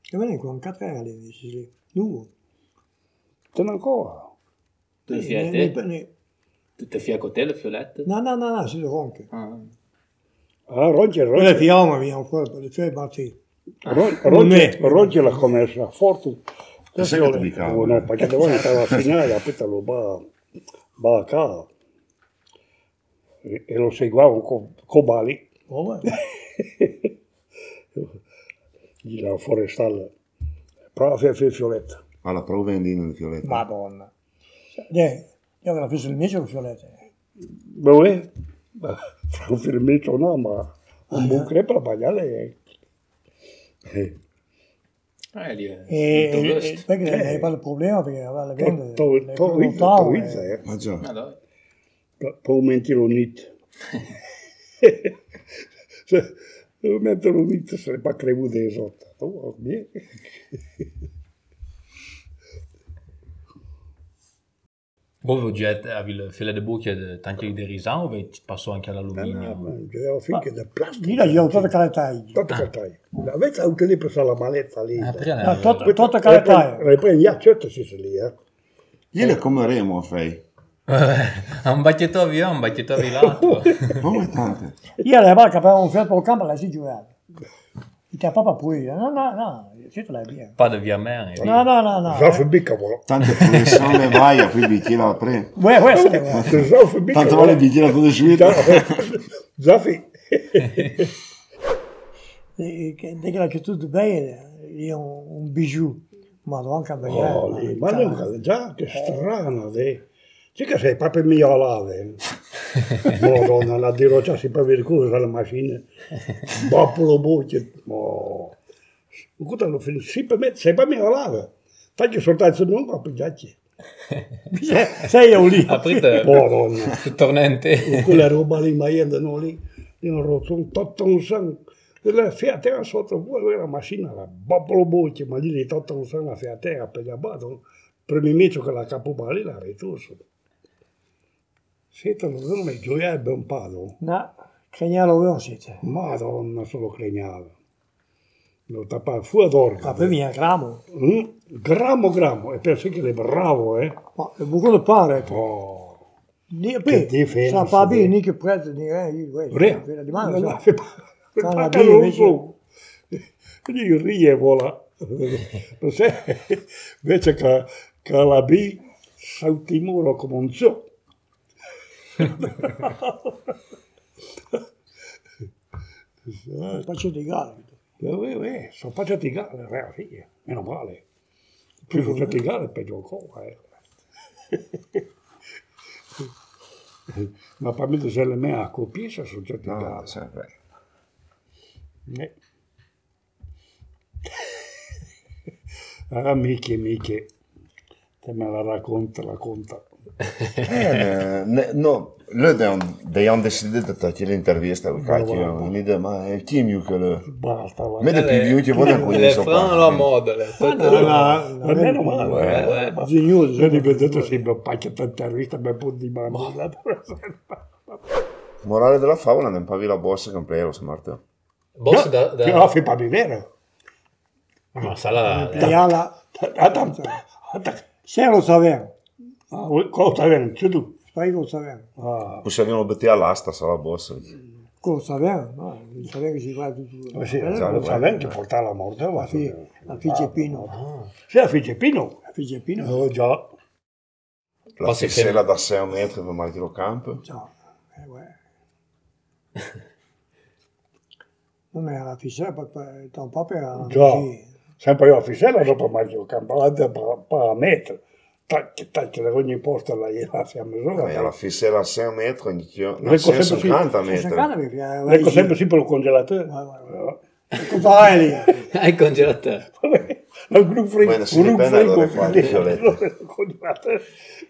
B: E vedi con catena lì, dici lì. Lungo.
C: Ce n'è ancora.
I: tu fia a
B: Ne-
I: te?
B: eh, ne- ne-
I: Tu te fia a te, le fiolette?
B: No, no, no, no, si ronche.
I: Ah.
C: Ah, Roger,
B: Quella
C: Roger,
B: fiamma via ancora, per le tue partite.
C: Ro-
B: non
C: Roger,
B: è.
C: Roger l'ha commessa forte.
A: Sai che ti dica,
C: Oh, no, perché devo andare a segnare, aspettalo, va, va a casa. E, e lo seguiamo con Cobali.
B: Oh, beh.
C: la forestale prova a fare fioletta
A: Ma Ah, la prova vendendo il fioretto.
B: Madonna. Dai, io avevo preso il mio fiolette.
C: beh uè, beh, fra un filmetto no ma un buon crepe la bagnale
I: Eh, lì è.
B: E,
I: tutto
B: e-
I: questo.
C: Eh.
B: perché non aveva il problema perché aveva le
C: è
B: vende. le
C: toito
B: prenotavo, eh.
C: eh
A: Ma già.
I: Ah, dai.
C: per mentire un nit se per mettere un nit se ne fa crevute esotta oh, bene.
E: Voi vous êtes avec le filet de bouc de tant qu'il y a des raisins ou vous passez anche
C: Ah,
E: all'alluminio?
C: ma c'era finché da
B: Lì la
C: plastica
B: giro tutto caletaglio.
C: tanto catai avete anche lì per la maletta lì
E: Après, euh,
B: Ah,
E: la...
B: tutto, tutto
C: E poi-
B: caletaglio.
C: e poi gli accetto si sono lì eh
A: Ieri come remo fai?
E: un bacchetto via, un bacchetto via l'altro.
A: Come tante.
B: Io la barca per un fiato al campo la si giocava. E te papà pure, no, no, no, sì, te la via.
E: Pas de via mer.
B: No, no, no, no.
C: Zaf biccavolo.
A: Tante pressione le vai a qui bicchiera la pre.
B: Uè, uè, sì, uè.
C: Zaf biccavolo.
A: Tanto vale bicchiera tutto subito.
C: Zafi.
B: E- e- che- Di che la che tutto bene, lì è un, un bijou. Ma non cambiare.
C: Oh, lì, ma non già, che strano, te. Sì che sei proprio migliorale. Madonna, la dirò già si può cosa la macchina. Boppolo bucce. Oh. Guarda, lo finisce, si per me, sei proprio migliorale. Faccio soltanto il nome a pigliarci.
B: Sei io lì.
E: Après, tu
C: Madonna.
E: tornes in te.
C: quella roba lì, ma io andavo lì, lì ho rotto un tot un sangue. La fiatera sotto poi quella macchina era babbo bocchi, ma lì di tot un sangue la fiatera per gli abbatto, per mi metto che la capopa lì la ritorso. Siete non mi gioirebbe un palo,
B: No, che ne avevo un sito.
C: madonna solo cregnava. Lo tappavo fuori d'orga.
B: Ma poi mi gramo.
C: Mm, Grammo grammo, e penso che le bravo, eh.
B: Ma è buco del pane.
C: Oh.
B: Lì,
C: Che
B: poi,
C: differenza,
B: sta pa
C: eh.
B: bene, mica prezzo, né, eh, io, questo,
C: Re,
B: quella di
C: la-
B: mano,
C: la-
B: so.
C: la-
B: la-
C: la-
B: la-
C: non so. Gli rievola. Lo sai? Invece che, che la B saltimuro come un zoo.
B: Un paccio di gare.
C: Eh, eh, eh, sono passati gare, eh, sì, meno male. Più sono passati gare, peggio ancora. eh. Ma per me se le mie a colpisce sono passati
A: No,
C: gare.
A: sempre.
C: Eh. Ah, Michi, Michi, te me la racconta, racconta.
A: Eh, ne- no, lui dejan decidete da ti l'intervista, cacchio, non idea, ma è chi mio che le...
C: Basta, la
A: Me ne più minuti vuole con
I: Le
A: gli
I: frane alla moda, le
C: Ma meno male.
B: Ma signori,
C: Io di vedete sembra un pacchetto intervista per punti di mano.
A: Morale della favola, non pavi la borsa che imprero, smarto.
E: Boss da... da-
C: Però fai per vivere.
E: Ma sala...
B: E alla... Se lo sapevo,
C: ah, Cosa viene? C'è tu?
B: sai lo sapevo.
C: Ah,
A: Possiamo betere all'asta, sarà la borsa.
B: Lo sapevo, no? Non sapevo che si fa tutto.
C: sì,
B: Eh,
C: non sapevo che portare la morte. Ma
B: sì,
C: sì,
B: La figlia Pino.
C: la figlia Pino.
B: La figlia Pino.
C: Oh, già.
A: La
E: Passi
A: fissella da 6 metri per Martino Camp.
B: Ciao. Eh, uè. Non era la figlia, papà, tuo papà era
C: Già.
B: così.
C: sempre l'ufficiale dopo Mario Campalante paramètre. Tac, tac, da ogni posto la si a misura.
A: Vabbè, alla fissa era 6 metri, ogni chilo- no,
C: Ecco, sempre
A: 150
B: Sono
A: metri.
B: secano perché... eh, vai
C: Ecco
B: giù.
C: sempre Ecco. sì per il congelatore.
A: Ah.
B: Cosa vai Ecco, lì? Eh,
E: Hai congelatore.
C: La gru frigo,
A: Bueno, si dipende da dove fai le fiolette.
C: congelatore.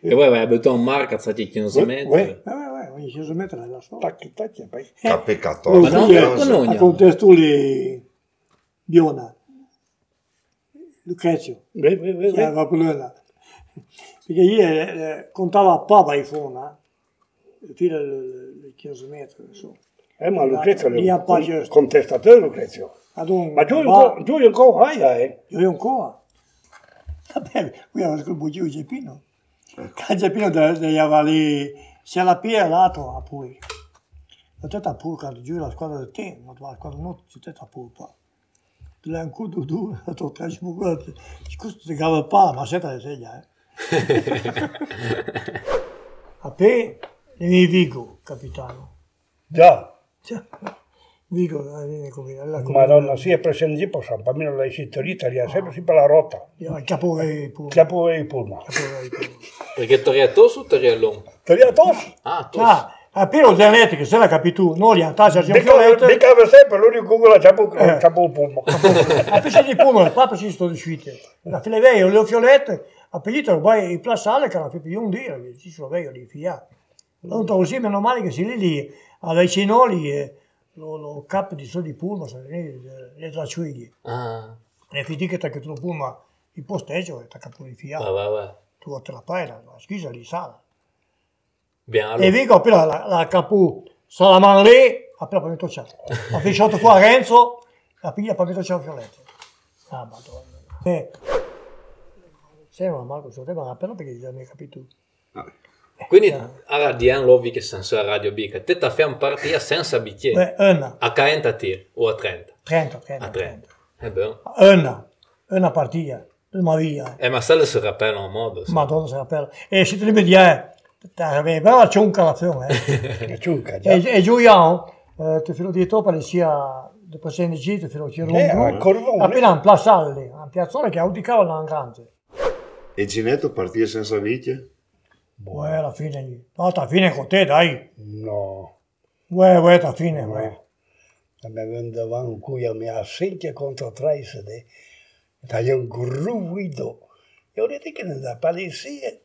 F: E poi vai a beton marca, sa chi non si mette.
C: Uè,
B: Eh, vai, vai, ogni 100 metri nella storia.
C: tac, tac, e poi
A: KP14.
F: Ma no,
A: non
F: con
A: so.
F: noi.
B: A contestuli Biona, Lucrezio,
C: Uè, uè, uè, uè.
B: eh, va quello là. Perché io eh, contava a Papa in fondo, eh. tira il 15 metri, insomma.
C: Eh, ma Lucrezio
B: Lì a Pace-
C: è un contestatore Lucrezio.
B: Ad un
C: Ma Giulio,
B: bar-
C: Co- Giulio Corraia, eh.
B: Io ancora. Vabbè, qui aveva scolbucito il Geppino. Il Geppino andava lì, se la pia l'altro a pure. La testa pure, quando giù la squadra del te, ma la squadra non si testa pure qua. L'è un cudo duro, la tua traccia pure, scusa ti cava il palo, ma se te la segna, eh. a te, ne Vigo, capitano.
C: Già.
B: Cioè, Vigo, la linea come la
C: Madonna, sì, è presente per San Pamino la cittadina, è sempre sì per la rotta.
B: Il capo è pure.
C: Che pure il pullman.
B: capo è pure.
F: Perché Toriatos o Torialon?
C: Tagliatos?
F: Ah, tu.
B: Ah, appena ho elettrico, se la capi tu, non li antaccia, si
C: Mi
B: violette,
C: cava sempre l'unico che la c'ha il pullman.
B: a pesce di pomone, papa si sto di suite. La televei, le fiolette, a pedito, vai in plassale, che la più un dire, che ci sono veio di fia. Non trovo sì, meno male che si lì lì, alla Cinoli, eh, lo, lo capo di sto di pulma, se ne- le, le tracciuglie.
F: Ah,
B: Le fidi che tu pulma, il posteggio, e tacca pure di fia.
E: Ah.
F: va, va, va.
B: Tu te la paella, la schisa lì sala.
F: Bien,
B: E
F: allora.
B: vengo appena la, la capo Salaman lì, appena partito ciao. Ho fisciato qua Renzo, la piglia partito ciao Fioletto. Ah, madonna. Eh. Sembra Marco sul tema, appena perché non mi hai capito.
F: Quindi, allora, Diane l'ovvi che senso la radio bica. Te ta fai un partita senza bicchiere.
B: Beh, una,
F: A 40 tir o a 30?
B: 30,
F: A
B: 30,
F: 30.
B: 30.
F: Eh beh.
B: Una, una partita, ma via.
F: Eh, ma sale si rappellano a modo. sì.
B: Madonna, se la pelle. E siete lì per dire, eh, bella cionca la film, eh.
C: Ciucca, già.
B: E, e Giuliano, eh, ti filo dietro per sia del presidente G, ti filo tiro
C: Eh, al Corvone.
B: appena un plazzale, un piazzone che audicava la grande.
A: E Ginetto partì senza vite?
B: Uè, alla fine, gli- no, alla fine con te, dai.
C: No,
B: Uè, uè, alla fine, uè.
C: mi vendevano qui a me a 5 contro 3 sede. Dai un gruido. E ho detto che ne da palissie.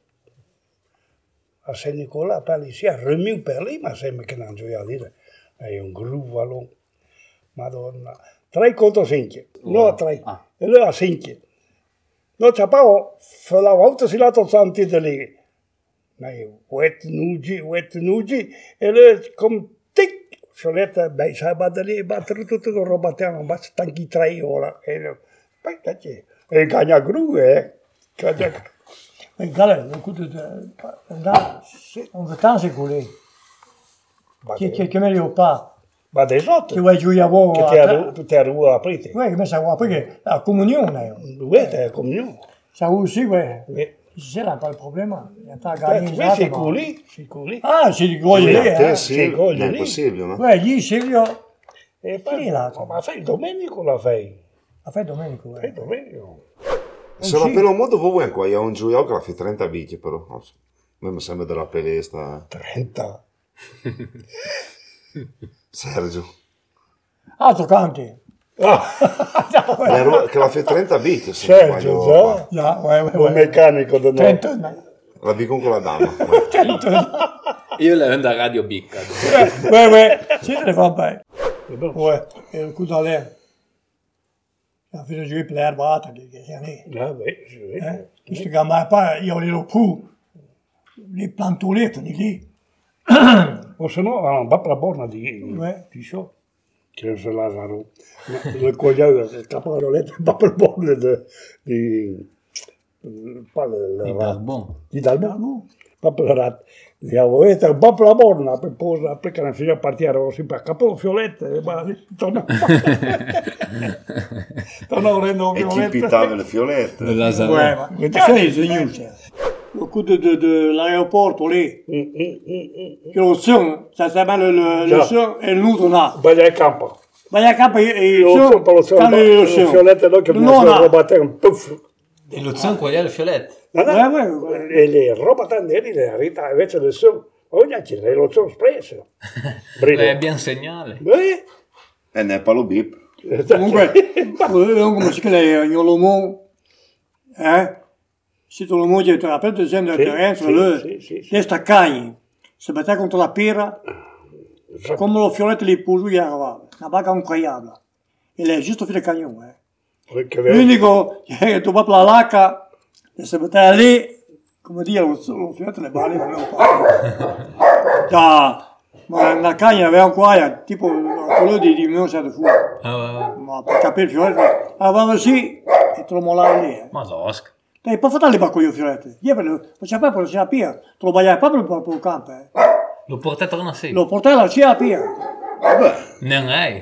C: A San Nicolà, palissie, remiu per lì, ma sembra che non gioia a dire. È un gruvalo. Madonna. 3 contro 5. No a 3. E lui a 5. No, c'appavo, la volta si lato santi da lì. Nee, wet nuji, wet nuji. En het komt tik. Zo letten bij zijn batterij, batterij tot de robotiaan, een bas tanki trei ora. En poi dat je. En kan je groeien, hè? Kan je
B: E galera, non cuto, andare, non vettare con lei. Che, che,
C: groeien.
B: che meglio pa,
C: Maar dat is wat.
B: che vuoi Giulia voi.
C: Che ti ha ru- ti ha rubato la prete.
B: Uè, che mi sa qua, perché la comunione, io.
C: Weet je, kom nu.
B: sa usi, uè.
C: Weet
B: C'era un po' il problema, in realtà
C: je,
B: galera.
C: sicuri? Sicuri.
B: Tá Ah, si ricorda
A: Sì,
B: lì,
A: a te
B: eh.
A: sì,
C: sei gol
A: ma è
C: lì.
A: possibile, no?
B: Uè, lì Silvio,
C: E
B: Sì, là.
C: poi, ma fai domenico la fai.
B: a fare domenico,
C: Fai
B: eh.
C: domenico.
A: Se la pelo modo vuoi ancora, io ho un giuiao che la fa 30 vite però. Non so. A me mi sembra della pelesta, eh,
C: 30.
A: Sergio.
B: Ah, toccante.
A: La ru- che la fa 30 vite, se non
C: Sergio,
A: sbaglio, qua.
C: già.
B: Ja, uè, uè,
C: Un
B: uè.
C: meccanico da noi.
B: Trenton.
A: La dico con la dama. ma-
F: Io la vendo a radio bicca.
B: Uè, uè, siete le vabbè. Uè, e il culo lei. La fine giù per l'erba, alta, che che sia lì.
C: Ja, weet je, weet je.
B: Eh? Questo che mai pa, io li lo pu. Li plantolefoni lì.
C: O se no, ha un papà buona di,
B: Uè.
C: di é ciò. Che se Lazzaro, le cogliate, le caparolette, il papà buona di... di
E: Di
C: Ah,
E: Barbon.
C: Di Dalmano. Papà rat. Gli avete un papà buona per posa, perché non si è partire, o si per capo fiolette, ma torna. Torna orendo
A: E chi
C: fiolette.
A: pitava le fiolette?
B: Uè, ma già lì signore. Lo culo dell'aeroporto lì. hein. Che lo zion, sta sta male lo zion e il nudo là.
C: Sbaglia il campo.
B: Vai a capo e
C: Io
B: sono
C: sono lo
B: stanno in
C: il fioletto là che mi sono robata un puff.
E: E lo zan quagliare fioletto.
C: No, no,
B: Eh, beh,
C: e le roba tan derile, in realtà invece del suo, vogliaci, lei lo sono espresso.
E: E
C: Brillo.
E: abbiamo segnale.
C: Eh?
A: E ne palo bip.
B: Comunque, eh, come si chiama, Nolomon, eh? Si tu lo moglie, la prende sempre
C: Sì,
B: da Terenzo,
C: sì,
B: lui,
C: sì, sì, sì.
B: testa cagli, si batte contro la pera, come lo fioletto lì pure lui arrivava, una barca incroyabile. E lei è giusto fino al cagnone, eh?
C: Perché
B: L'unico che tu va per la lacca e se metteva lì, come dire, lo, lo fiato le balle non lo fa. Da, ma la cagna aveva un guaio, tipo quello di diminuzione di fuoco.
E: Ah,
B: Ma per capire il fioretto, aveva sì e te lo mollava lì. Eh.
E: Ma losca.
B: Dai, poi fatale bacco io fioretto. Io per lo sapevo, non c'era pia. Te lo bagliai proprio per il campo. Eh.
E: Lo portate torna sì.
B: Lo portai alla CIA pia.
A: Vabbè,
E: Non hai.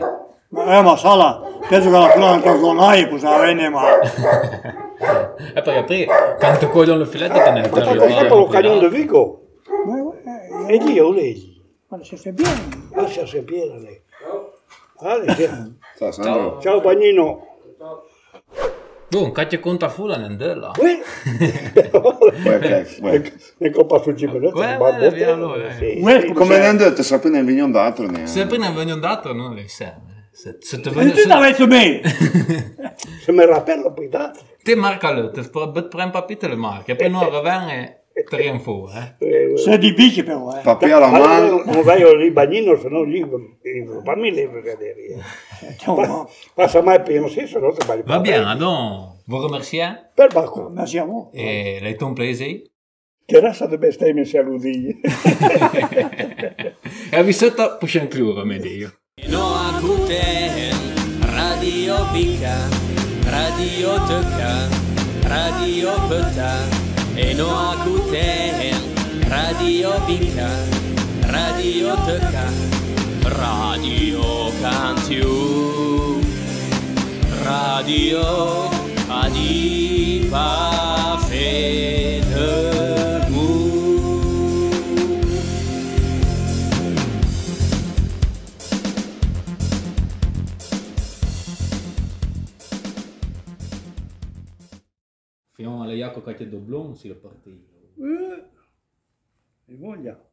B: Ma, eh, ma sala, penso che la fila non ti suonai, poi venne, ma...
E: E per aprire, quanto cogliono lo filetto te ne
C: Ma tanto sempre lo cagnone di Vico.
B: Ma, eh,
C: E io lei.
B: ma si fa bene.
C: Lascia se piena lei. Allora, sì.
A: ciao Sandro.
C: Ciao Bagnino.
E: Tu, un cacchio conta fulla nendella.
C: Eh?
A: Uè, che- uè.
C: Ne coppa sul gibello.
E: Uè,
C: ma
E: uè,
C: botte,
E: via allora.
C: sì.
B: Uè,
A: Come ne hanno detto, sapete ne vignon d'altro ne
E: Se prima veniva dato non le serve. Se, se te
B: E tu
E: veniva...
B: t'avais semé
C: Se mi rappello poi date.
E: Te marca lo, te prendi papite le marche, poi noi arriviamo e tiriamo fuori, eh.
C: Eh,
B: C'est du biche però, eh.
A: Papà alla mano.
C: Allora non vai lì bagnino, se no lì fammi le brigaderie.
B: Attends, hein.
C: Passa mai per non si, se no ti sbagli.
E: Va bene, donc, vous remerciez hein,
C: Per Bacco,
B: Merci à vous.
E: e le ton plaisir.
C: che razza di bestemmie si alludì.
E: E vi sotto possiamo chiudere, mi dio.
K: Noa guten, Radio Bika, Radio Töka, Radio Pötta. Noa guten, Radio Bika, Radio Töka, Radio Kantiu, Radio Adiba Federmut.
E: Fiamo alle Iaco cacchio doblon, si lo partì.
C: Voglia.